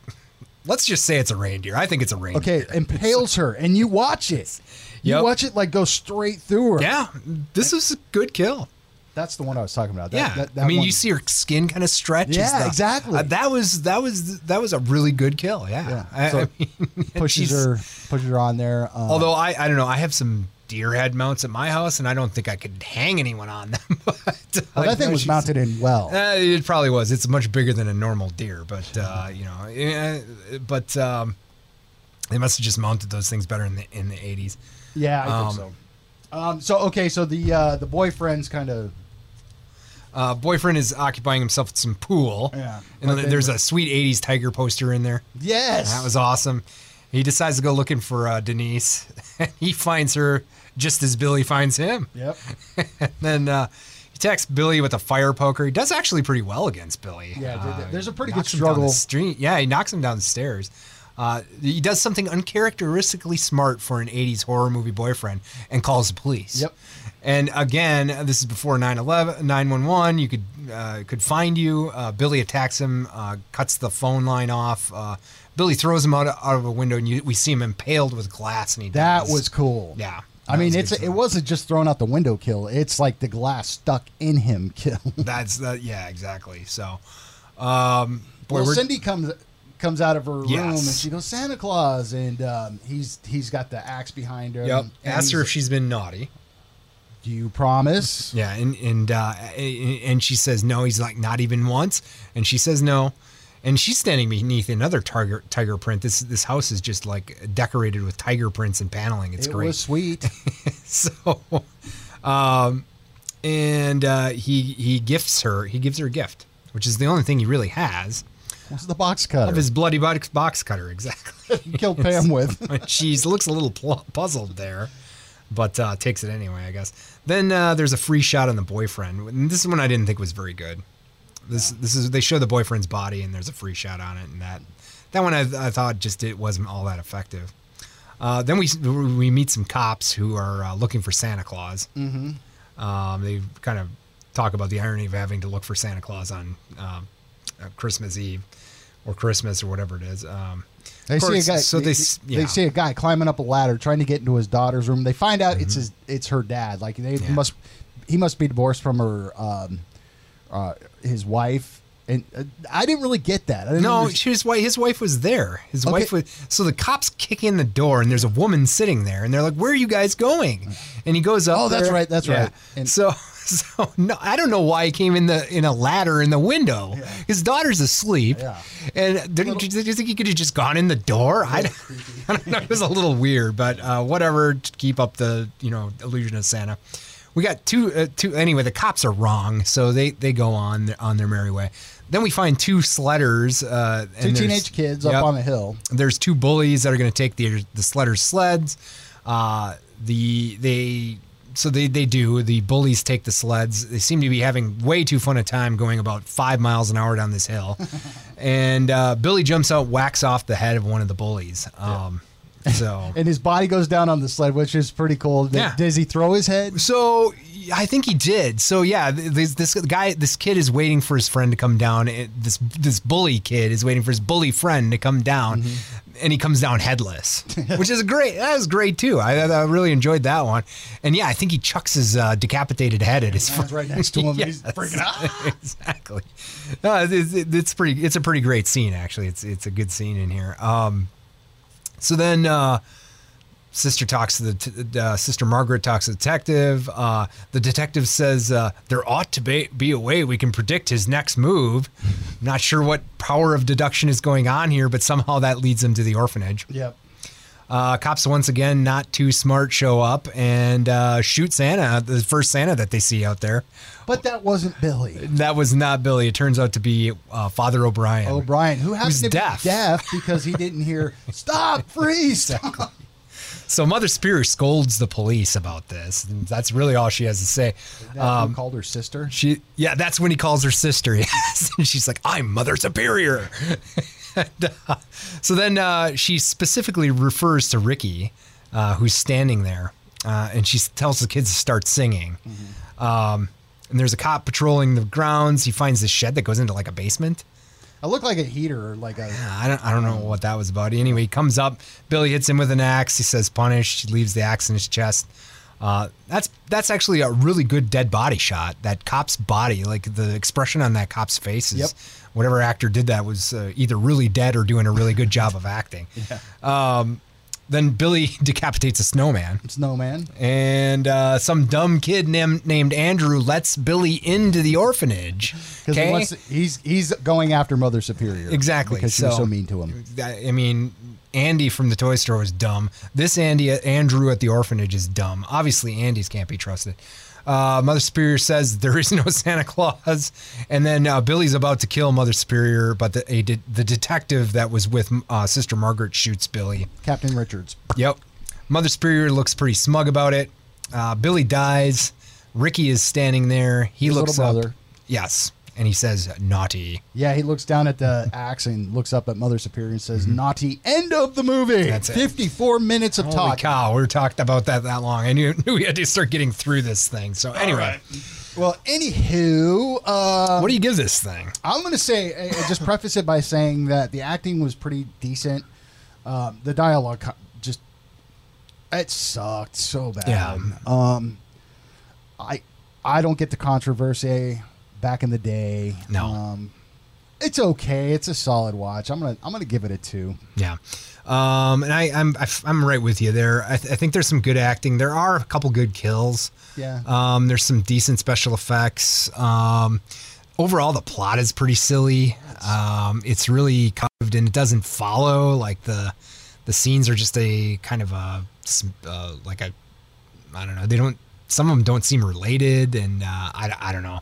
Speaker 6: Let's just say it's a reindeer. I think it's a reindeer.
Speaker 5: Okay, impales her, and you watch it. You
Speaker 6: Yep.
Speaker 5: watch it like go straight through her.
Speaker 6: Yeah, this was a good kill.
Speaker 5: That's the one I was talking about. That,
Speaker 6: Yeah,
Speaker 5: that-
Speaker 6: I
Speaker 5: that
Speaker 6: mean,
Speaker 5: one-
Speaker 6: you see her skin kind of stretch. and
Speaker 5: Yeah,
Speaker 6: stuff.
Speaker 5: exactly.
Speaker 6: Uh, that was that was that was a really good kill. Yeah,
Speaker 5: Yeah.
Speaker 6: I,
Speaker 5: So
Speaker 6: I mean,
Speaker 5: pushes
Speaker 6: she's-
Speaker 5: her pushes her on there. Um,
Speaker 6: Although I, I don't know, I have some deer head mounts at my house, and I don't think I could hang anyone on them. But
Speaker 5: well,
Speaker 6: I
Speaker 5: that thing
Speaker 6: know
Speaker 5: was
Speaker 6: she's-
Speaker 5: mounted in well.
Speaker 6: Uh, it probably was. It's much bigger than a normal deer, but uh, you know, eh, but um, they must have just mounted those things better in the in the eighties.
Speaker 5: yeah, I think so. Um, so okay, so the uh, the boyfriend's kind of
Speaker 6: Uh, boyfriend is occupying himself with some pool.
Speaker 5: Yeah.
Speaker 6: and
Speaker 5: But they-
Speaker 6: there's a sweet eighties tiger poster in there.
Speaker 5: yes.
Speaker 6: That was awesome. He decides to go looking for uh, Denise. he finds her just as Billy finds him.
Speaker 5: yep.
Speaker 6: and then uh, he attacks Billy with a fire poker. He does actually pretty well against Billy.
Speaker 5: Yeah,
Speaker 6: Uh,
Speaker 5: there- there's a pretty
Speaker 6: knocks
Speaker 5: good
Speaker 6: him down the
Speaker 5: struggle.
Speaker 6: street. Yeah, he knocks him down the stairs. Uh, he does something uncharacteristically smart for an 80s horror movie boyfriend and calls the police.
Speaker 5: Yep.
Speaker 6: And again, this is before 911, 911. You could uh, could find you. Uh, Billy attacks him, uh, cuts the phone line off. Uh, Billy throws him out, out of a window, and you, we see him impaled with glass. And he
Speaker 5: That
Speaker 6: dies.
Speaker 5: was cool.
Speaker 6: yeah.
Speaker 5: I
Speaker 6: That was
Speaker 5: mean,
Speaker 6: good
Speaker 5: it's it
Speaker 6: stuff.
Speaker 5: wasn't just thrown out the window kill. It's like the glass stuck in him kill.
Speaker 6: That's that. Yeah, exactly. So, um, boy,
Speaker 5: well,
Speaker 6: we're,
Speaker 5: Cindy comes comes out of her room
Speaker 6: Yes.
Speaker 5: and she goes Santa Claus, and um, he's he's got the axe behind her.
Speaker 6: yep.
Speaker 5: and
Speaker 6: Asked her
Speaker 5: he's
Speaker 6: if she's been naughty.
Speaker 5: like, Do you promise?
Speaker 6: Yeah, and and uh, and she says no. He's like not even once, and she says no, and she's standing beneath another tiger tiger print. This this house is just like decorated with tiger prints and paneling. It's
Speaker 5: it
Speaker 6: great.
Speaker 5: was sweet.
Speaker 6: so, um, and uh, he he gifts her. He gives her a gift, which is the only thing he really has
Speaker 5: What's the box cutter?
Speaker 6: of his bloody box box cutter. Exactly.
Speaker 5: You killed Pam with.
Speaker 6: she looks a little pl- puzzled there, but uh, takes it anyway, I guess. Then uh, there's a free shot on the boyfriend. And this is one I didn't think was very good. This this is they show the boyfriend's body and there's a free shot on it, and that that one I, I thought just it wasn't all that effective. Uh, then we we meet some cops who are uh, looking for Santa Claus. Mm-hmm. Um, they kind of talk about the irony of having to look for Santa Claus on um, uh, Christmas Eve or Christmas or whatever it is. Um,
Speaker 5: They
Speaker 6: of
Speaker 5: see a
Speaker 6: course,
Speaker 5: guy.
Speaker 6: So they s-
Speaker 5: they,
Speaker 6: yeah.
Speaker 5: see a guy climbing up a ladder trying to get into his daughter's room. They find out it's his it's her dad. Like they
Speaker 6: Mm-hmm. Yeah.
Speaker 5: must he must be divorced from her um, uh, his wife. And uh, I didn't really get that. I didn't
Speaker 6: No,
Speaker 5: understand-
Speaker 6: she was, wi- his wife was there. His
Speaker 5: Okay.
Speaker 6: wife was. So the cops kick in the door, and there's a woman sitting there, and they're like, "Where are you guys going?" And he goes up.
Speaker 5: Oh, that's
Speaker 6: there.
Speaker 5: right, that's
Speaker 6: Yeah.
Speaker 5: right. And-
Speaker 6: so, so no, I don't know why he came in the in a ladder in the window. His daughter's asleep,
Speaker 5: Yeah.
Speaker 6: and didn't you, did you think he could have just gone in the door? I don't, I don't know. It was a little weird, but uh, whatever. To keep up the you know illusion of Santa. We got two, uh, two. Anyway, the cops are wrong, so they they go on their- on their merry way. Then we find two sledders, uh,
Speaker 5: two
Speaker 6: and there's-
Speaker 5: teenage kids
Speaker 6: Yep.
Speaker 5: up on a hill.
Speaker 6: There's two bullies that are going to take the the sledders' sleds. Uh, the they so they they do. The bullies take the sleds. They seem to be having way too fun a time going about five miles an hour down this hill. and uh, Billy jumps out, whacks off the head of one of the bullies. Um, So
Speaker 5: And his body goes down on the sled, which is pretty cool. Did-
Speaker 6: Yeah.
Speaker 5: Does he throw his head?
Speaker 6: So I think he did. So yeah, th- this, this guy, this kid is waiting for his friend to come down. It- This this bully kid is waiting for his bully friend to come down,
Speaker 5: Mm-hmm.
Speaker 6: and he comes down headless, which is great. That was great too. I, I really enjoyed that one. And yeah, I think he chucks his uh, decapitated head at his friend
Speaker 5: He's right next to him.
Speaker 6: Yes.
Speaker 5: He's freaking out.
Speaker 6: exactly. Uh, it's, it's- it's pretty. It's a pretty great scene, actually. It's it's a good scene in here. Um, so then, uh, sister talks to the t- uh, sister Margaret talks to the detective. Uh, the detective says uh, there ought to be, be a way we can predict his next move. Not sure what power of deduction is going on here, but somehow that leads him to the orphanage.
Speaker 5: Yep.
Speaker 6: Uh, cops once again, not too smart, show up and uh, shoot Santa, the first Santa that they see out there.
Speaker 5: But that wasn't Billy.
Speaker 6: That was not Billy. It turns out to be uh, Father O'Brien.
Speaker 5: O'Brien, Oh, who happened
Speaker 6: Who's
Speaker 5: to
Speaker 6: deaf.
Speaker 5: be deaf because he didn't hear, stop, freeze. stop."
Speaker 6: So Mother Spear scolds the police about this. And that's really all she has to say.
Speaker 5: That
Speaker 6: Um,
Speaker 5: who called her sister.
Speaker 6: She, yeah, that's when he calls her sister. Yes, and she's like, "I'm Mother Superior." and, uh, so then uh, she specifically refers to Ricky, uh, who's standing there, uh, and she tells the kids to start singing. Um, and there's a cop patrolling the grounds. He finds this shed that goes into like a basement.
Speaker 5: I look like a heater, or like a
Speaker 6: I don't, I don't know what that was about. Anyway, he comes up. Billy hits him with an axe. He says, "Punished." He leaves the axe in his chest. Uh, that's that's actually a really good dead body shot. That cop's body, like the expression on that cop's face, is
Speaker 5: Yep.
Speaker 6: whatever actor did that was uh, either really dead or doing a really good job of acting. Um, then Billy decapitates a snowman,
Speaker 5: Snowman.
Speaker 6: and uh, some dumb kid nam- named Andrew lets Billy into the orphanage.
Speaker 5: Because he
Speaker 6: okay?
Speaker 5: wants to- he's he's going after Mother Superior
Speaker 6: Exactly,
Speaker 5: because she was
Speaker 6: so-
Speaker 5: so mean to him.
Speaker 6: I I mean, Andy from the toy store was dumb. This Andy, Andrew at the orphanage is dumb. Obviously, Andy's can't be trusted. Uh, Mother Superior says there is no Santa Claus, and then uh, Billy's about to kill Mother Superior, but the a de- the detective that was with uh, Sister Margaret shoots Billy.
Speaker 5: Captain Richards.
Speaker 6: Yep. Mother Superior looks pretty smug about it. Uh, Billy dies. Ricky is standing there. He
Speaker 5: His
Speaker 6: looks
Speaker 5: little
Speaker 6: up.
Speaker 5: brother.
Speaker 6: Yes, and he says naughty.
Speaker 5: Yeah, he looks down at the axe and looks up at Mother Superior and says, "Naughty." End of the movie.
Speaker 6: Mm-hmm. That's it.
Speaker 5: Fifty-four minutes of
Speaker 6: Holy
Speaker 5: talk.
Speaker 6: cow, we were talking about that that long. I knew, knew we had to start getting through this thing. So anyway,
Speaker 5: Well, anywho, uh,
Speaker 6: what do you give this thing?
Speaker 5: I'm going to say, I- I just preface it by saying that the acting was pretty decent. Um, the dialogue co- just, it sucked so bad.
Speaker 6: Yeah.
Speaker 5: Um, I, I don't get the controversy back in the day.
Speaker 6: No.
Speaker 5: Um, it's okay. It's a solid watch. I'm gonna I'm gonna give it a two.
Speaker 6: Yeah. Um, and I, I'm I f- I'm right with you there. I, th- I think there's some good acting. There are a couple good kills.
Speaker 5: Yeah.
Speaker 6: Um, there's some decent special effects. Um, overall, the plot is pretty silly. Um, it's really coved and it doesn't follow. Like the the scenes are just a kind of a s- uh, like a I don't know. They don't. Some of them don't seem related, and uh, I, I don't know.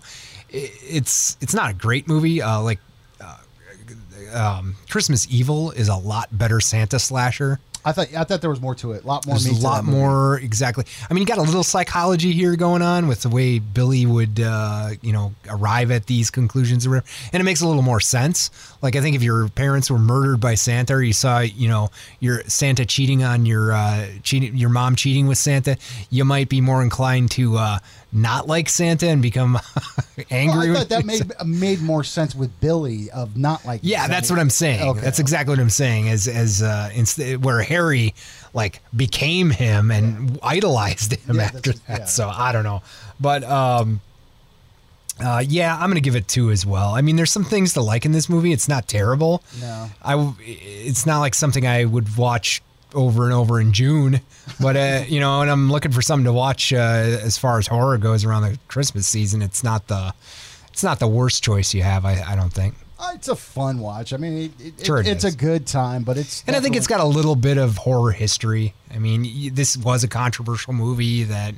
Speaker 6: It, it's it's not a great movie. Uh, like uh, um, Christmas Evil is a lot better Santa slasher.
Speaker 5: I thought I thought there was more to it. A lot more.
Speaker 6: There's
Speaker 5: meat
Speaker 6: a
Speaker 5: to that
Speaker 6: lot
Speaker 5: movie.
Speaker 6: more exactly. I mean, you got a little psychology here going on with the way Billy would, uh, you know, arrive at these conclusions or whatever, and it makes a little more sense. Like I think if your parents were murdered by Santa, or you saw, you know, your Santa cheating on your uh, cheating, your mom cheating with Santa, you might be more inclined to uh, not like Santa and become
Speaker 5: Well,
Speaker 6: angry.
Speaker 5: I
Speaker 6: with
Speaker 5: thought that made made more sense with Billy of not like.
Speaker 6: yeah, that's what I'm saying.
Speaker 5: Okay.
Speaker 6: That's exactly what I'm saying. As as uh, inst- where Harry like became him and idolized him
Speaker 5: Yeah,
Speaker 6: after
Speaker 5: that's-
Speaker 6: that.
Speaker 5: yeah.
Speaker 6: So I don't know, but um, uh, yeah, I'm gonna give it two as well. I mean, there's some things to like in this movie. It's not terrible.
Speaker 5: No.
Speaker 6: I w- it's not like something I would watch over and over in June, but uh, you know, and I'm looking for something to watch uh, as far as horror goes around the Christmas season. It's not the it's not the worst choice you have. I, I don't think.
Speaker 5: Uh, It's a fun watch. I mean, it, it,
Speaker 6: Sure it
Speaker 5: it's
Speaker 6: is.
Speaker 5: a good time, but it's
Speaker 6: And I think it's got a little bit of horror history. I mean, y- this was a controversial movie that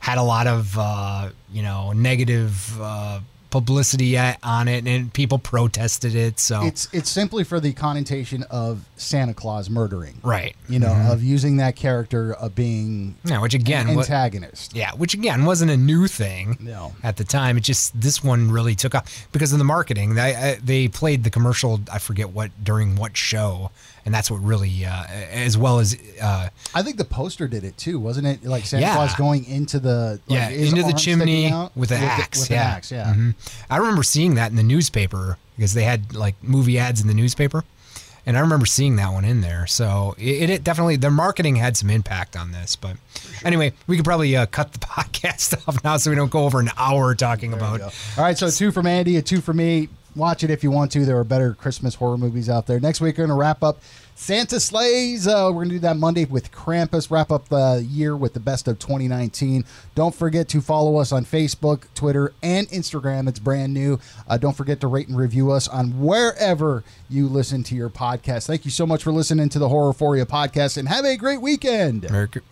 Speaker 6: had a lot of, uh, you know, negative uh, publicity a- on it, and people protested it. So,
Speaker 5: it's it's simply for the connotation of Santa Claus murdering,
Speaker 6: right. Mm-hmm.
Speaker 5: You know, of using that character of being
Speaker 6: Yeah, which again, wa-
Speaker 5: antagonist.
Speaker 6: yeah, which again wasn't a new thing
Speaker 5: No.
Speaker 6: at the time. It just, this one really took off because of the marketing. They, I, they played the commercial, I forget what, during what show. And that's what really, uh, as well as, uh,
Speaker 5: I think the poster did it too, wasn't it? Like Santa
Speaker 6: Yeah.
Speaker 5: Claus going into the like,
Speaker 6: yeah,
Speaker 5: his
Speaker 6: into the
Speaker 5: arm sticking
Speaker 6: chimney
Speaker 5: out
Speaker 6: with an axe.
Speaker 5: with an
Speaker 6: yeah,
Speaker 5: axe, yeah.
Speaker 6: Mhm. I remember seeing that in the newspaper because they had like movie ads in the newspaper, and I remember seeing that one in there. So it, it definitely their marketing had some impact on this. But anyway, we could probably uh, cut the podcast off now so we don't go over an hour talking about.
Speaker 5: All right, so two from Andy, a two for me. Watch it if you want to. There are better Christmas horror movies out there. Next week, we're going to wrap up Santa Slays. Uh, we're going to do that Monday with Krampus. Wrap up the year with the best of 2019. Don't forget to follow us on Facebook, Twitter, and Instagram. It's brand new. Uh, don't forget to rate and review us on wherever you listen to your podcast. Thank you so much for listening to the Horrorphoria podcast, and have a great weekend.
Speaker 6: Merry-